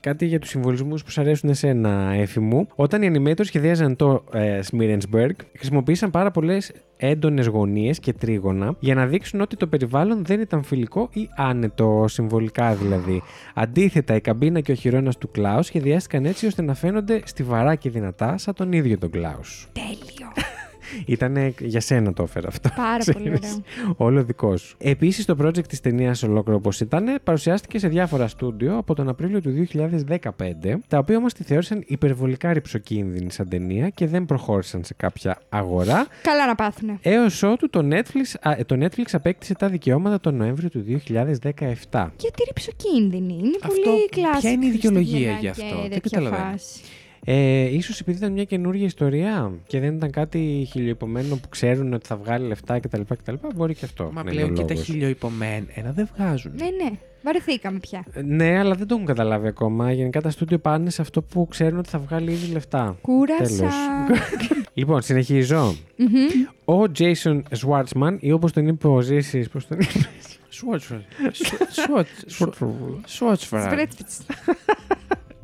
Speaker 1: κάτι για τους συμβολισμούς που σου αρέσουν εσένα, έφη μου. Όταν οι animators σχεδίαζαν το ε, Smirensburg, χρησιμοποίησαν πάρα πολλές έντονες γωνίες και τρίγωνα για να δείξουν ότι το περιβάλλον δεν ήταν φιλικό ή άνετο, συμβολικά δηλαδή. Αντίθετα, η καμπίνα και ο χειρόνας του Κλάους σχεδιάστηκαν έτσι ώστε να φαίνονται στιβαρά και δυνατά σαν τον ίδιο τον Κλάους.
Speaker 2: Τέλειο.
Speaker 1: Ήταν για σένα το έφερα αυτό.
Speaker 2: Πάρα πολύ ωραίο.
Speaker 1: Όλο δικό σου. Επίσης, το project της ταινίας ολόκληρο όπως ήταν παρουσιάστηκε σε διάφορα στούντιο από τον Απρίλιο του 2015, τα οποία όμως τη θεώρησαν υπερβολικά ρηψοκίνδυνη σαν ταινία και δεν προχώρησαν σε κάποια αγορά.
Speaker 2: Καλά να πάθουνε.
Speaker 1: Έως ότου το Netflix, α, ε, το Netflix απέκτησε τα δικαιώματα τον Νοέμβριο του 2017.
Speaker 2: Γιατί ρηψοκίνδυνη. Είναι
Speaker 3: Αυτό-
Speaker 2: πολύ
Speaker 3: ποια
Speaker 2: κλασική.
Speaker 3: είναι η δικαιολογία για αυτό, δεν καταλαβαίνω.
Speaker 1: Ε, ίσως επειδή ήταν μια καινούργια ιστορία και δεν ήταν κάτι χιλιοϊπωμένο που ξέρουν ότι θα βγάλει λεφτά κτλ. κτλ μπορεί και αυτό. να
Speaker 3: Μα
Speaker 1: Ναι, είναι ο
Speaker 3: πλέον και τα
Speaker 1: λόγος.
Speaker 3: χιλιοϊπομένα δεν βγάζουν.
Speaker 2: Ναι, ναι. Βαρεθήκαμε πια.
Speaker 1: Ε, Ναι, αλλά δεν το έχουν καταλάβει ακόμα. Γενικά τα στούντιο πάνε σε αυτό που ξέρουν ότι θα βγάλει ήδη λεφτά.
Speaker 2: Κούρασα.
Speaker 1: λοιπόν, συνεχίζω.
Speaker 2: Μμμ.
Speaker 3: Mm-hmm.
Speaker 1: Ο Jason Schwartzman, ή όπως τον είπε ο Ζήσης, πώς τον είπε.
Speaker 3: Σουάτσφρα. Σουάτσφρα.
Speaker 2: Σπρέτσπιτς.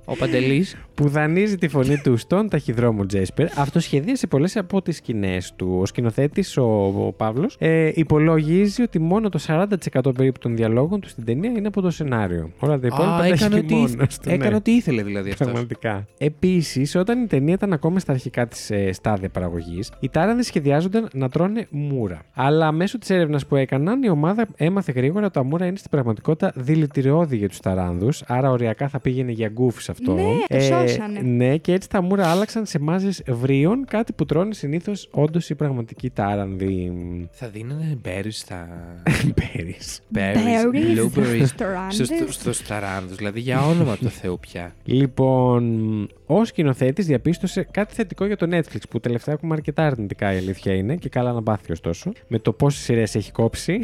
Speaker 3: Ο Παντελής.
Speaker 1: που δανείζει τη φωνή του στον ταχυδρόμο Τζέσπερ, αυτοσχεδίασε πολλές από τις σκηνές του. Ο σκηνοθέτης, ο, ο Παύλος, ε, υπολογίζει ότι μόνο το 40% περίπου των διαλόγων του στην ταινία είναι από το σενάριο. Όλα τα υπόλοιπα τα έχει
Speaker 3: έκανε,
Speaker 1: μόνο του. ναι.
Speaker 3: έκανε ό,τι ήθελε δηλαδή αυτός.
Speaker 1: Πραγματικά. Επίσης, όταν η ταινία ήταν ακόμα στα αρχικά της ε, στάδια παραγωγής, οι τάρανδε σχεδιάζονταν να τρώνε μούρα. Αλλά μέσω της έρευνας που έκαναν, η ομάδα έμαθε γρήγορα ότι τα μούρα είναι στην πραγματικότητα δηλητηριώδη για τους ταράνδους. Άρα, οριακά θα πήγαινε για γκούφι σε αυτό.
Speaker 2: Ναι, το σώσανε.
Speaker 1: Ναι, και έτσι τα μούρα άλλαξαν σε μάζες βρίων, κάτι που τρώνε συνήθως όντως οι πραγματικοί τάρανδοι.
Speaker 3: Θα δίνανε μπέρι στα.
Speaker 1: Πέρυσι.
Speaker 2: Berries,
Speaker 3: Berries, blueberries,
Speaker 2: στους ταράνδους.
Speaker 3: στους- στους ταράνδους, δηλαδή για όνομα του Θεού πια.
Speaker 1: Λοιπόν, ο σκηνοθέτης διαπίστωσε κάτι θετικό για το Netflix που τελευταία έχουμε αρκετά αρνητικά η αλήθεια είναι και καλά να πάθει ωστόσο. Με το πόσες σειρές έχει κόψει.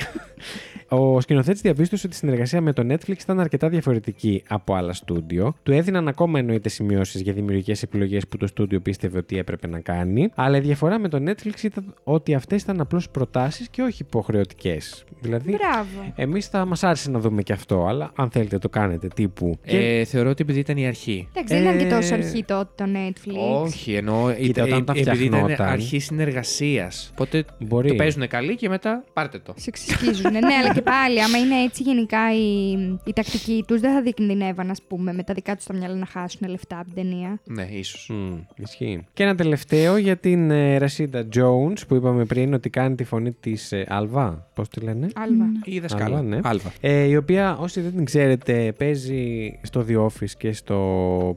Speaker 1: ο σκηνοθέτης διαπίστωσε ότι η συνεργασία με το Netflix ήταν αρκετά διαφορετική από άλλα στούντιο. Του έδιναν ακόμα εννοείται σημειώσεις για δημιουργικές επιλογές που το στούντιο πίστευε ότι έπρεπε να κάνει. Αλλά η διαφορά με το Netflix ήταν ότι αυτές ήταν απλώς προτάσεις και όχι υποχρεωτικές. Δηλαδή,
Speaker 2: Μπράβο.
Speaker 1: εμείς θα μας άρεσε να δούμε και αυτό, αλλά αν θέλετε το κάνετε τύπου. Και-
Speaker 3: Ε, θεωρώ ότι επειδή ήταν η αρχή.
Speaker 2: Εντάξει, δεν ήταν και
Speaker 1: Ε,
Speaker 2: τόσο αρχή τότε το Netflix.
Speaker 3: Όχι, εννοώ
Speaker 1: Κοίτα,
Speaker 3: ήταν- ε,
Speaker 1: όταν τα
Speaker 3: επειδή ήταν
Speaker 1: φτιαχνόταν-
Speaker 3: αρχή συνεργασίας. Οπότε
Speaker 1: Μπορεί.
Speaker 3: το παίζουν καλή και μετά πάρτε το.
Speaker 2: Σε ξυσκίζουν. ναι, αλλά και πάλι, άμα είναι έτσι γενικά η, η τακτική τους, δεν θα διακινδυνεύαν, ας πούμε, με τα δικά τους τα μυαλά να χάσουν λεφτά από την ταινία.
Speaker 3: Ναι, ίσως.
Speaker 1: Μμμ, ισχύει. Και ένα τελευταίο για την ε, Ρασίντα Jones που είπαμε πριν ότι κάνει τη φωνή της Αλβά. Πώς τη λένε.
Speaker 2: Άλβα.
Speaker 3: Η
Speaker 1: Άλβα,
Speaker 3: δασκάλα.
Speaker 1: ναι.
Speaker 3: Άλβα.
Speaker 1: Ε, η οποία, όσοι δεν την ξέρετε, παίζει στο The Office και στο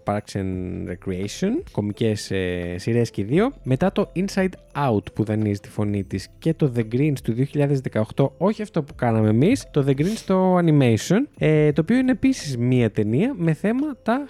Speaker 1: Parks and Recreation. Κομικές ε, σειρές και οι δύο. Μετά το Inside Out που δανείζει τη φωνή της και το The Greens του 2018. Όχι αυτό που κάναμε εμείς, το The Greens στο Animation. Ε, το οποίο είναι επίσης μία ταινία με θέμα τα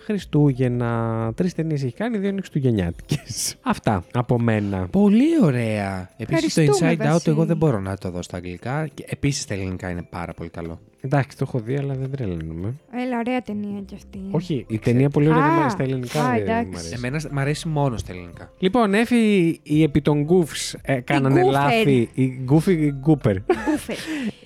Speaker 1: Χριστούγεννα. Τρεις ταινίες έχει κάνει, δύο είναι Χριστουγεννιάτικες. Αυτά από μένα.
Speaker 3: Πολύ ωραία. Επίσης το
Speaker 2: Ευχαριστούμε,
Speaker 3: Inside Out
Speaker 2: Βασίλη.
Speaker 3: εγώ δεν μπορώ να το δω στα αγγλικά. Και επίσης τα ελληνικά είναι πάρα πολύ καλό.
Speaker 1: Εντάξει, το έχω δει, αλλά δεν τρελαίνουμε.
Speaker 2: Έλα, ωραία ταινία κι αυτή.
Speaker 1: Όχι, η ταινία πολύ ωραία δεν μ' αρέσει.
Speaker 2: Ναι. Α,
Speaker 1: Τα ελληνικά
Speaker 2: α,
Speaker 1: δεν μ'
Speaker 2: εντάξει.
Speaker 1: αρέσει.
Speaker 3: Εμένα μ' αρέσει μόνο στα ελληνικά.
Speaker 1: Λοιπόν, έφη οι επί των γκούφς ε, κάνανε
Speaker 2: γκούφερ.
Speaker 1: λάθη. Οι γκούφοι οι γκούπερ.
Speaker 2: Μπούφε.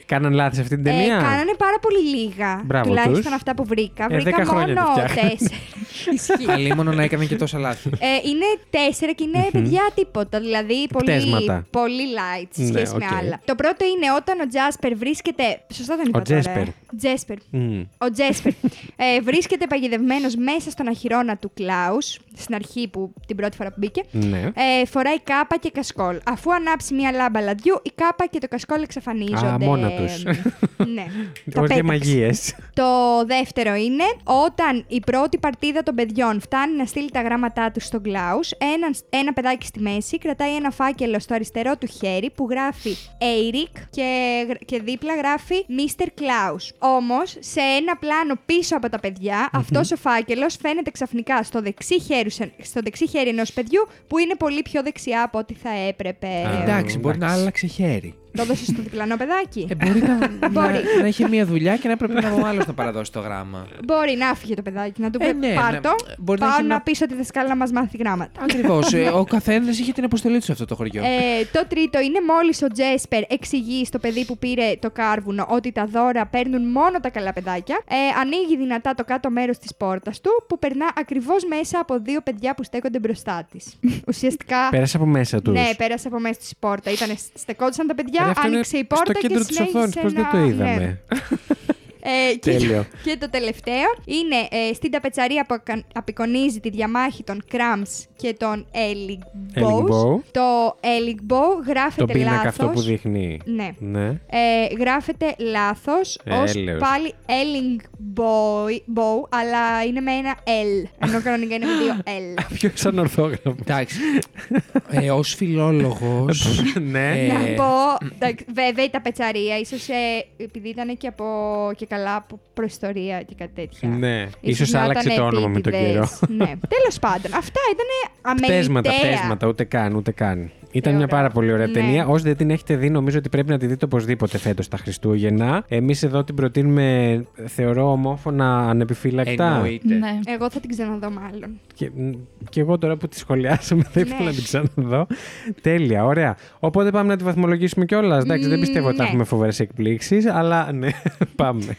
Speaker 1: κάνανε λάθη σε αυτή την ταινία.
Speaker 2: Ε, κάνανε πάρα πολύ λίγα.
Speaker 1: Μπράβο
Speaker 2: τουλάχιστον
Speaker 1: τους.
Speaker 2: αυτά που βρήκα.
Speaker 1: Ε, δέκα
Speaker 2: βρήκα
Speaker 1: χρόνια
Speaker 2: μόνο
Speaker 1: τη φτιάχνουν.
Speaker 2: τέσσερα. Ισχύει.
Speaker 3: Αλλά μόνο να έκανε και τόσα λάθη.
Speaker 2: Ε, είναι τέσσερα και είναι παιδιά τίποτα. Δηλαδή πολύ,
Speaker 1: Πτέσματα.
Speaker 2: πολύ light σε
Speaker 1: Ναι,
Speaker 2: σχέση
Speaker 1: οκ.
Speaker 2: με άλλα. Το πρώτο είναι όταν ο Τζάσπερ βρίσκεται. Σωστά τον είπα τώρα, ε.
Speaker 1: Τζέσπερ.
Speaker 2: Τζέσπερ.
Speaker 1: Μμ.
Speaker 2: Ο Τζέσπερ ε, βρίσκεται παγιδευμένος μέσα στον αχυρώνα του Κλάους, στην αρχή που την πρώτη φορά που μπήκε.
Speaker 1: Ναι.
Speaker 2: Ε, φοράει κάπα και κασκόλ. Αφού ανάψει μία λάμπα λαδιού, η κάπα και το κασκόλ εξαφανίζονται.
Speaker 1: Α, μόνα τους.
Speaker 2: ναι. Τα
Speaker 1: Όπως και
Speaker 2: πέταξε.
Speaker 1: μαγείες.
Speaker 2: Το δεύτερο είναι όταν η πρώτη παρτίδα των παιδιών φτάνει να στείλει τα γράμματά τους στον Κλάους. Ένα, ένα παιδάκι στη μέση κρατάει ένα φάκελο στο αριστερό του χέρι που γράφει Eric και, γρα- και δίπλα γράφει Mr. Klaus. Όμως σε ένα πλάνο πίσω από τα παιδιά, αυτός αυτός ο φάκελος φαίνεται ξαφνικά στο δεξί χέρι, σε- στο δεξί χέρι ενός παιδιού που είναι πολύ πιο δεξιά από ό,τι θα έπρεπε.
Speaker 1: Α.
Speaker 3: Εντάξει, μπορεί να
Speaker 1: εντάξει.
Speaker 3: άλλαξε χέρι.
Speaker 2: Το δώσε στο διπλανό παιδάκι.
Speaker 3: Ε, μπορεί να,
Speaker 2: Μπορεί.
Speaker 3: να, να είχε μία δουλειά και να πρέπει να ο άλλος να παραδώσει το γράμμα.
Speaker 2: Μπορεί να φύγει το παιδάκι, να του πει
Speaker 3: Ε, ναι, ναι.
Speaker 2: πάρτο,
Speaker 3: Μπορεί να
Speaker 2: πάω
Speaker 3: έχει
Speaker 2: να,
Speaker 3: ένα-
Speaker 2: πείσω τη δασκάλα να μας μάθει γράμματα.
Speaker 3: Ακριβώς. Ε, ο καθένας είχε την αποστολή του σε αυτό το χωριό.
Speaker 2: Ε, το τρίτο είναι μόλις ο Τζέσπερ εξηγεί στο παιδί που πήρε το κάρβουνο ότι τα δώρα παίρνουν μόνο τα καλά παιδάκια, ε, ανοίγει δυνατά το κάτω μέρος της πόρτας του που περνά ακριβώς μέσα από δύο παιδιά που στέκονται μπροστά της. Ουσιαστικά...
Speaker 1: Πέρασε από μέσα τους.
Speaker 2: Ναι, πέρασε από μέσα της πόρτα. Ήτανε, στεκόντουσαν τα παιδιά,
Speaker 1: Ρε, αυτό είναι
Speaker 2: άνοιξε η πόρτα
Speaker 1: Στο κέντρο
Speaker 2: και
Speaker 1: της οθόνη,
Speaker 2: συνέχισε
Speaker 1: πώς δεν
Speaker 2: να-
Speaker 1: το
Speaker 2: ναι.
Speaker 1: είδαμε.
Speaker 2: Ε, και,
Speaker 1: Τέλειο.
Speaker 2: και το τελευταίο είναι ε, στην ταπετσαρία που ακα- απεικονίζει τη διαμάχη των Κραμς και των Elligbows.
Speaker 1: Elligbow.
Speaker 2: Το Elligbow
Speaker 1: Τον
Speaker 2: γράφεται
Speaker 1: πίνακα
Speaker 2: λάθος.
Speaker 1: αυτό που δείχνει.
Speaker 2: Ναι.
Speaker 1: Ναι.
Speaker 2: Ε, γράφεται λάθος
Speaker 1: Ε,
Speaker 2: ως
Speaker 1: έλεος.
Speaker 2: πάλι Elligbow, bow, αλλά είναι με ένα L. Ενώ κανονικά είναι με δύο L.
Speaker 1: Ποιο σαν ορθόγραφο.
Speaker 3: Εντάξει. ε, Ως φιλόλογος.
Speaker 1: ναι.
Speaker 3: Ε,
Speaker 2: Να πω, εντάξει, βέβαια η ταπετσαρία, ίσως ε, επειδή ήταν και, από, και καλά από προϊστορία και κάτι τέτοια.
Speaker 1: Ναι.
Speaker 2: Ίσως
Speaker 1: Ίσως
Speaker 2: να
Speaker 1: άλλαξε
Speaker 2: ήταν
Speaker 1: το όνομα με τον καιρό.
Speaker 2: επίτηδες. ναι. Τέλος πάντων, αυτά ήταν αμεληταία.
Speaker 1: Πτέσματα, πτέσματα, ούτε καν, ούτε καν. Ήταν μια
Speaker 2: ωραία.
Speaker 1: πάρα πολύ ωραία
Speaker 2: Ναι.
Speaker 1: ταινία. Όσοι δεν την έχετε δει, νομίζω ότι πρέπει να τη δείτε οπωσδήποτε φέτος τα Χριστούγεννα. Εμείς εδώ την προτείνουμε, θεωρώ, ομόφωνα ανεπιφύλακτα.
Speaker 3: Εννοείται.
Speaker 4: Ναι.
Speaker 2: Εγώ θα την ξαναδώ μάλλον.
Speaker 1: Και, και εγώ τώρα που τη σχολιάσαμε θα ήθελα
Speaker 2: Ναι.
Speaker 1: να την ξαναδώ. Τέλεια, ωραία. Οπότε πάμε να τη βαθμολογήσουμε κιόλας. Εντάξει, δεν
Speaker 2: Μ,
Speaker 1: πιστεύω ότι θα
Speaker 2: ναι.
Speaker 1: έχουμε φοβερές εκπλήξεις, αλλά ναι, πάμε.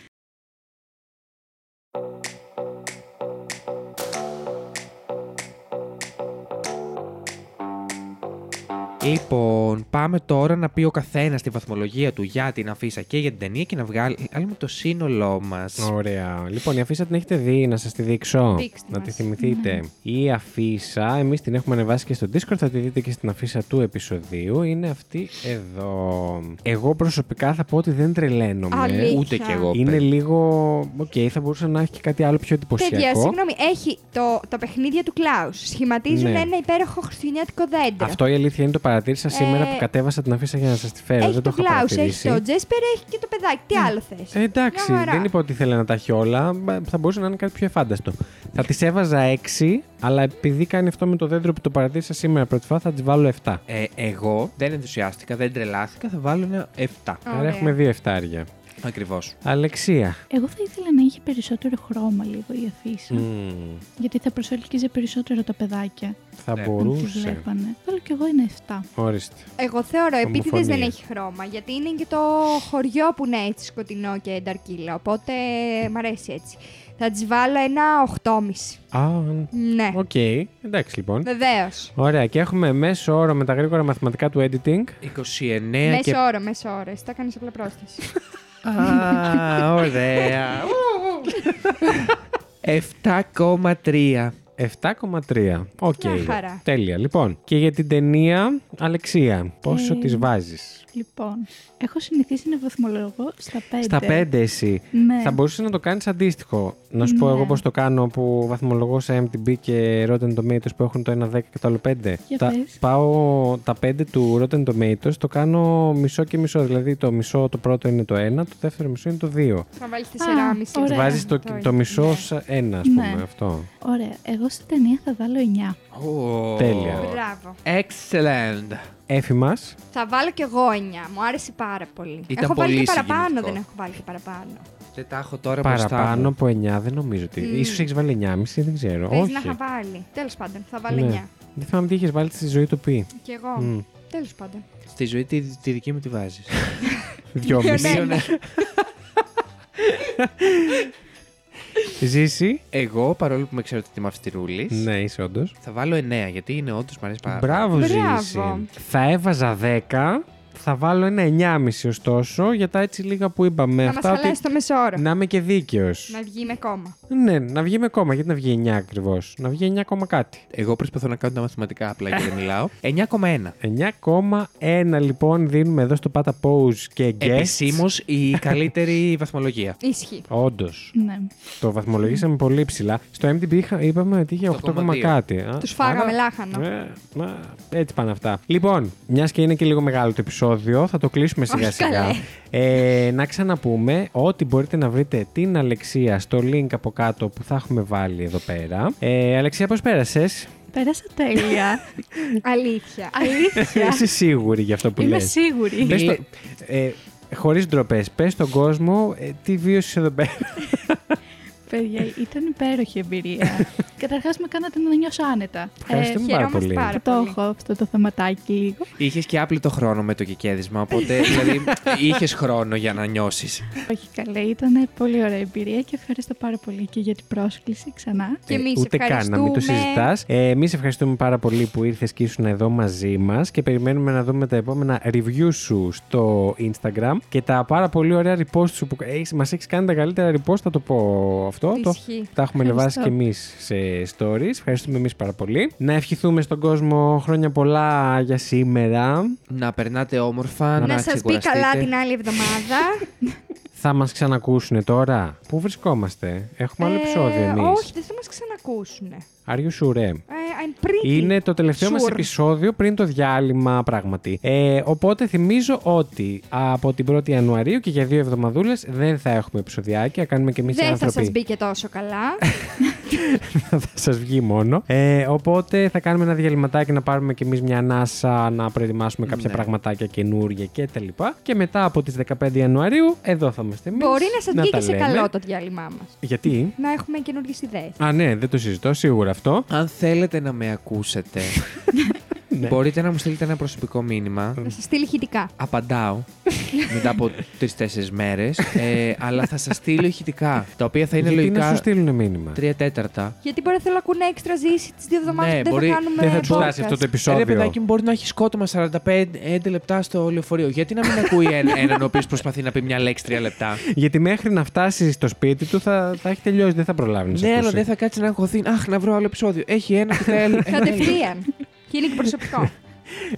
Speaker 3: Λοιπόν, πάμε τώρα να πει ο καθένας τη βαθμολογία του για την αφίσα και για την ταινία και να βγάλει με το σύνολό μας.
Speaker 1: Ωραία. Λοιπόν, η αφίσα την έχετε δει, να σας τη δείξω.
Speaker 2: Δείξτε
Speaker 1: να τη
Speaker 2: μας.
Speaker 1: θυμηθείτε. Η αφίσα, εμείς την έχουμε ανεβάσει και στο Discord, θα τη δείτε και στην αφίσα του επεισοδίου. Είναι αυτή εδώ. Εγώ προσωπικά θα πω ότι δεν τρελαίνομαι.
Speaker 2: Αλήθεια.
Speaker 3: Ούτε κι εγώ.
Speaker 1: Είναι
Speaker 3: παιδί.
Speaker 1: λίγο. Οκ, θα μπορούσε να έχει και κάτι άλλο πιο
Speaker 2: Παιδιά,
Speaker 1: εντυπωσιακό.
Speaker 2: συγγνώμη, έχει το, τα παιχνίδια του Κλάους. Σχηματίζουν
Speaker 1: Ναι.
Speaker 2: ένα υπέροχο χριστουγεννιάτικο δέντρο.
Speaker 1: Αυτό η αλήθεια είναι το παρατήρησα σήμερα
Speaker 2: Ε,
Speaker 1: που κατέβασα την αφίσα για να σας τη φέρω.
Speaker 2: έχει
Speaker 1: δεν το
Speaker 2: το
Speaker 1: είχα
Speaker 2: Κλάου, έχει
Speaker 1: παρατηρήσει.
Speaker 2: το Τζέσπερ, έχει και το παιδάκι. Τι άλλο θες.
Speaker 1: Ε, εντάξει,
Speaker 2: Μια χαρά.
Speaker 1: δεν είπα ότι ήθελε να τα έχει όλα. μπα- Θα μπορούσε να είναι κάτι πιο εφάνταστο. Θα τη έβαζα 6, αλλά επειδή κάνει αυτό με το δέντρο που το παρατήρησα σήμερα πρώτη φορά, θα τη βάλω 7.
Speaker 3: Ε, εγώ δεν ενθουσιάστηκα, δεν τρελάθηκα, θα βάλω ένα 7.
Speaker 1: Άρα έχουμε δύο εφτάρια.
Speaker 3: Ακριβώς.
Speaker 1: Αλεξία.
Speaker 4: Εγώ θα ήθελα να είχε περισσότερο χρώμα λίγο η αφήση.
Speaker 1: Μμμ,
Speaker 4: Γιατί θα προσελκύζε περισσότερο τα παιδάκια.
Speaker 1: θα
Speaker 3: Ναι.
Speaker 4: Αν τη
Speaker 1: μπορούσε.
Speaker 4: βλέπανε. Θέλω κι εγώ ένα 7.
Speaker 1: Ορίστε.
Speaker 2: Εγώ θεωρώ επίτηδε
Speaker 1: Ομοφωνία.
Speaker 2: δεν έχει χρώμα. Γιατί είναι και το χωριό που είναι έτσι σκοτεινό και νταρκύλα. Οπότε μ' αρέσει έτσι. Θα της βάλω ένα 8,5.
Speaker 1: Α,
Speaker 2: Ναι.
Speaker 1: οκ. Εντάξει λοιπόν.
Speaker 2: Βεβαίως.
Speaker 1: Ωραία, και έχουμε μέσο όρο με τα γρήγορα μαθηματικά του editing.
Speaker 3: 29
Speaker 1: Ε,
Speaker 3: και.
Speaker 2: Μέσο όρο, μέσο όρο. Εσύ Τα κάνεις απλά πρόσθεση.
Speaker 3: Α, ωραία. 7,3.
Speaker 1: 7,3. Οκ.
Speaker 2: Μια χαρά.
Speaker 1: Τέλεια. Λοιπόν, και για την ταινία, Αλεξία, πόσο
Speaker 4: Ε,
Speaker 1: τη βάζεις.
Speaker 4: Λοιπόν, έχω συνηθίσει να βαθμολογώ στα 5.
Speaker 1: Στα 5 εσύ.
Speaker 4: Ναι.
Speaker 1: Θα μπορούσες να το κάνεις αντίστοιχο. Να σου πω
Speaker 4: Ναι.
Speaker 1: εγώ πώς το κάνω που βαθμολογώ σε MTB και Rotten Tomatoes που έχουν το 1 10 και το άλλο 5.
Speaker 4: Για
Speaker 1: Τα,
Speaker 4: πες.
Speaker 1: πάω τα 5 του Rotten Tomatoes, το κάνω μισό και μισό. Δηλαδή το μισό το πρώτο είναι το 1, το δεύτερο μισό είναι το 2.
Speaker 2: Θα βάλεις 4,5.
Speaker 4: 4,5. Ωραία.
Speaker 1: Βάζεις το, το μισό
Speaker 2: Ναι.
Speaker 1: σε ένα, ας πούμε.
Speaker 4: Ναι.
Speaker 1: Αυτό.
Speaker 4: Ωραία, εγώ στην ταινία θα βάλω 9.
Speaker 3: Ω,
Speaker 1: Τέλεια.
Speaker 2: Μπράβο.
Speaker 3: Excellent.
Speaker 1: Έφη μας.
Speaker 2: Θα βάλω κι εγώ 9. Μου άρεσε πάρα πολύ.
Speaker 3: Ήταν
Speaker 2: έχω βάλει
Speaker 3: πολύ
Speaker 2: και παραπάνω,
Speaker 3: συγκινητικό.
Speaker 2: δεν έχω βάλει και παραπάνω.
Speaker 3: Δεν τα έχω τώρα μπροστά
Speaker 1: Παραπάνω
Speaker 3: μου.
Speaker 1: από 9 δεν νομίζω ότι.
Speaker 2: Μμμ.
Speaker 1: Ίσως έχεις βάλει 9,5, δεν ξέρω.
Speaker 2: Πες
Speaker 1: Όχι.
Speaker 2: να είχα βάλει. Τέλος πάντων, θα βάλω
Speaker 1: Ναι.
Speaker 2: 9.
Speaker 1: Δεν θυμάμαι τι είχες βάλει στη ζωή του πει.
Speaker 2: Κι εγώ.
Speaker 1: Μμ.
Speaker 2: Τέλος πάντων.
Speaker 3: Στη ζωή τη, τη δική μου τη βάζεις.
Speaker 1: Δυόμιση.
Speaker 2: Μείον
Speaker 1: Ζήσει.
Speaker 3: Εγώ, παρόλο που με ξέρετε ότι είμαι αυστηρούλης,
Speaker 1: Ναι, είσαι όντως.
Speaker 3: θα βάλω 9 γιατί είναι όντως μου αρέσει πάρα
Speaker 1: Μπράβο,
Speaker 2: Μπράβο.
Speaker 1: Ζήση. Θα έβαζα 10. Θα βάλω ένα 9,5 ωστόσο για τα έτσι λίγα που είπαμε.
Speaker 2: Θα μα
Speaker 1: Ε, Αυτά ότι Ναι.
Speaker 2: χαλάσει το μέσο όρο.
Speaker 1: να είμαι και δίκαιος.
Speaker 2: Να βγει με κόμμα.
Speaker 1: Ναι, να βγει με κόμμα. Γιατί να βγει 9 ακριβώς. Να βγει 9, κόμμα κάτι.
Speaker 3: Εγώ προσπαθώ να κάνω τα μαθηματικά απλά και δεν μιλάω. 9,1.
Speaker 1: 9,1 λοιπόν δίνουμε εδώ στο Pata Pose και Guest.
Speaker 3: Επισήμως η καλύτερη βαθμολογία.
Speaker 2: Ισχύει.
Speaker 1: Όντως.
Speaker 4: Ναι.
Speaker 1: Το βαθμολογήσαμε πολύ ψηλά. Στο MDB είχα- είπαμε ότι είχε 8,
Speaker 3: 8,2.
Speaker 1: κάτι. α.
Speaker 2: Τους φάγαμε
Speaker 1: Άρα-
Speaker 2: λάχανο.
Speaker 1: Ε, μα, έτσι πάνε αυτά. Λοιπόν, μιας και είναι και λίγο μεγάλο το επεισόδιο, θα το κλείσουμε
Speaker 2: Όχι,
Speaker 1: σιγά σιγά.
Speaker 2: καλέ.
Speaker 1: Ε, να ξαναπούμε ότι μπορείτε να βρείτε την Αλεξία στο link από κάτω που θα έχουμε βάλει εδώ πέρα. Ε, Αλεξία, πώς πέρασες.
Speaker 4: Πέρασα τέλεια.
Speaker 2: Αλήθεια.
Speaker 4: Αλήθεια.
Speaker 1: Είσαι σίγουρη για αυτό που
Speaker 4: Είμαι
Speaker 1: λες.
Speaker 4: σίγουρη.
Speaker 1: Πες το, ε, Χωρίς ντροπές, πες στον κόσμο ε, τι βίωσες εδώ πέρα.
Speaker 4: Παιδιά, ήταν υπέροχη εμπειρία. Καταρχάς, με κάνατε να νιώσω άνετα.
Speaker 1: Ευχαριστούμε πάρα
Speaker 2: Ε, χαιρόμαστε
Speaker 1: πολύ.
Speaker 2: πάρα
Speaker 4: που το
Speaker 2: πολύ.
Speaker 4: έχω αυτό το θεματάκι λίγο.
Speaker 3: Είχες και άπλητο χρόνο με το κεκέδισμα, οπότε δηλαδή είχες χρόνο για να νιώσεις.
Speaker 4: Όχι καλέ, ήταν πολύ ωραία εμπειρία και ευχαριστώ πάρα πολύ και για την πρόσκληση ξανά.
Speaker 2: Και εμείς
Speaker 1: Ε, ούτε καν να μην το
Speaker 2: ευχαριστούμε.
Speaker 1: συζητάς. Ε, Εμείς ευχαριστούμε πάρα πολύ που ήρθες και ήσουν εδώ μαζί μας και περιμένουμε να δούμε τα επόμενα review σου στο Instagram και τα πάρα πολύ ωραία repost σου που έχεις, μας έχεις κάνει τα καλύτερα repost. Θα το πω αυτό. Το,
Speaker 2: Ισχύει.
Speaker 1: τα έχουμε ανεβάσει
Speaker 4: Ευχαριστώ.
Speaker 1: και εμείς σε stories. Ευχαριστούμε εμείς πάρα πολύ. Να ευχηθούμε στον κόσμο χρόνια πολλά για σήμερα.
Speaker 3: Να περνάτε όμορφα, να,
Speaker 2: Να σας πει καλά
Speaker 3: ξεκουραστείτε.
Speaker 2: την άλλη εβδομάδα.
Speaker 1: Θα μας ξανακούσουν τώρα. Πού βρισκόμαστε, Έχουμε άλλο
Speaker 2: Ε,
Speaker 1: επεισόδιο εμείς.
Speaker 2: Όχι, δεν θα μας ξανακούσουν. Ε,
Speaker 1: Are you sure? eh?
Speaker 2: I'm pretty.
Speaker 1: Είναι το τελευταίο μας
Speaker 2: Sure.
Speaker 1: επεισόδιο πριν το διάλειμμα, πράγματι. Ε, οπότε θυμίζω ότι από την 1η Ιανουαρίου και για δύο εβδομαδούλες δεν θα έχουμε επεισοδιάκια. Κάνουμε και εμείς οι
Speaker 2: Δεν θα
Speaker 1: άνθρωποι.
Speaker 2: σας μπει και τόσο καλά.
Speaker 1: θα σας βγει μόνο. Ε, οπότε θα κάνουμε ένα διαλυματάκι να πάρουμε και εμείς μια ανάσα, να προετοιμάσουμε κάποια
Speaker 3: Ναι.
Speaker 1: πραγματάκια καινούργια κτλ. Και, και μετά από τις 15 Ιανουαρίου εδώ θα είμαστε εμείς.
Speaker 2: Μπορεί να σας βγει
Speaker 1: τα
Speaker 2: και σε
Speaker 1: λέμε.
Speaker 2: καλό το διάλειμμά μας.
Speaker 1: Γιατί?
Speaker 2: Να έχουμε καινούργιες ιδέες.
Speaker 1: Α, ναι, δεν το συζητώ, σίγουρα αυτό.
Speaker 3: Αν θέλετε να με ακούσετε,
Speaker 1: Ναι.
Speaker 3: Μπορείτε να μου στείλετε ένα προσωπικό μήνυμα.
Speaker 2: Να σας στείλει ηχητικά.
Speaker 3: Απαντάω μετά από τρει-τέσσερι μέρες. Ε, αλλά θα σας στείλω ηχητικά. Τα οποία θα είναι
Speaker 1: Γιατί να σου
Speaker 3: λογικά
Speaker 1: στείλουν μήνυμα.
Speaker 3: τρία τέταρτα.
Speaker 2: Γιατί μπορεί να θέλω να ακούνε έξτρα ζήσει τις δύο εβδομάδες
Speaker 3: Ναι,
Speaker 2: που δεν
Speaker 3: μπορεί-
Speaker 2: θα κάνουμε.
Speaker 1: Δεν θα τους
Speaker 2: podcast.
Speaker 1: φτάσει αυτό το
Speaker 3: Ε, Ρε
Speaker 1: επεισόδιο.
Speaker 3: παιδάκι μου, μπορεί να έχει σκότωμα 45 5 λεπτά στο λεωφορείο. Γιατί να μην ακούει εν- έναν ο οποίος προσπαθεί να πει μια λέξη τρία λεπτά.
Speaker 1: Γιατί μέχρι να φτάσει στο σπίτι του θα, θα έχει τελειώσει, δεν θα προλάβει να σε
Speaker 3: ναι, αλλά
Speaker 1: ακούσει.
Speaker 3: δεν θα κάτσει να αγχωθεί. Αχ, να βρω άλλο επεισόδιο. Έχει ένα και τέλει.
Speaker 2: Κατευθείαν. και είναι και προσωπικό.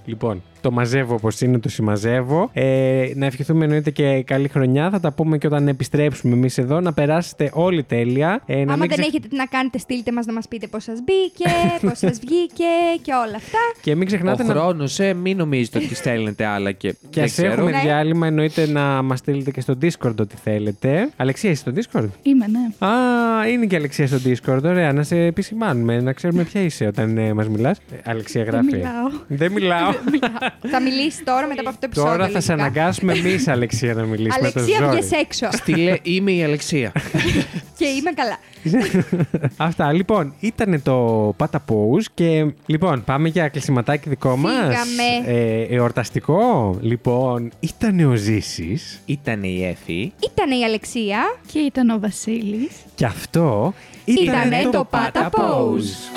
Speaker 1: Λοιπόν, το μαζεύω όπως είναι, το συμμαζεύω. Ε, να ευχηθούμε εννοείται και καλή χρονιά. Θα τα πούμε και όταν επιστρέψουμε εμείς εδώ. Να περάσετε όλοι τέλεια. Ε, να
Speaker 2: Άμα
Speaker 1: μην
Speaker 2: δεν
Speaker 1: ξε-
Speaker 2: έχετε τι να κάνετε, στείλτε μας να μας πείτε πώς σας μπήκε, πώς σας βγήκε και όλα αυτά.
Speaker 1: Και μην
Speaker 3: Ο
Speaker 1: ξεχνάτε να.
Speaker 3: χρόνος, ε, μην νομίζετε ότι στέλνετε άλλα και.
Speaker 1: Και
Speaker 3: δεν
Speaker 1: ας
Speaker 3: ξέρω.
Speaker 1: έχουμε
Speaker 2: Ναι.
Speaker 1: διάλειμμα, εννοείται να μας στείλετε και στο Discord ό,τι θέλετε. Αλεξία, είσαι στο Discord.
Speaker 4: Είμαι, ναι.
Speaker 1: Α, είναι και η Αλεξία στο Discord. Ωραία, να σε επισημάνουμε, να ξέρουμε ποια είσαι όταν ε, μας μιλάς. Αλεξία
Speaker 4: Δεν
Speaker 1: γράφει.
Speaker 4: μιλάω.
Speaker 1: Δεν μιλάω.
Speaker 2: θα μιλήσεις τώρα μετά από αυτό το επεισόδιο.
Speaker 1: Τώρα θα σε
Speaker 2: λογικά.
Speaker 1: αναγκάσουμε εμείς, Αλεξία, να μιλήσουμε. το
Speaker 2: Αλεξία,
Speaker 1: ζόρι.
Speaker 2: βγες έξω.
Speaker 3: Στείλε, είμαι η Αλεξία.
Speaker 2: και είμαι καλά.
Speaker 1: Αυτά. Λοιπόν, ήταν το Πάτα Pose και λοιπόν, πάμε για κλεισιματάκι δικό μας.
Speaker 2: Φύγαμε.
Speaker 1: Ε, εορταστικό. Λοιπόν, ήταν ο Ζήσης
Speaker 3: Ήταν η Εφη.
Speaker 2: Ήταν η Αλεξία.
Speaker 4: Και ήταν ο Βασίλης.
Speaker 1: και αυτό
Speaker 2: Ήτανε το Πάτα Pose.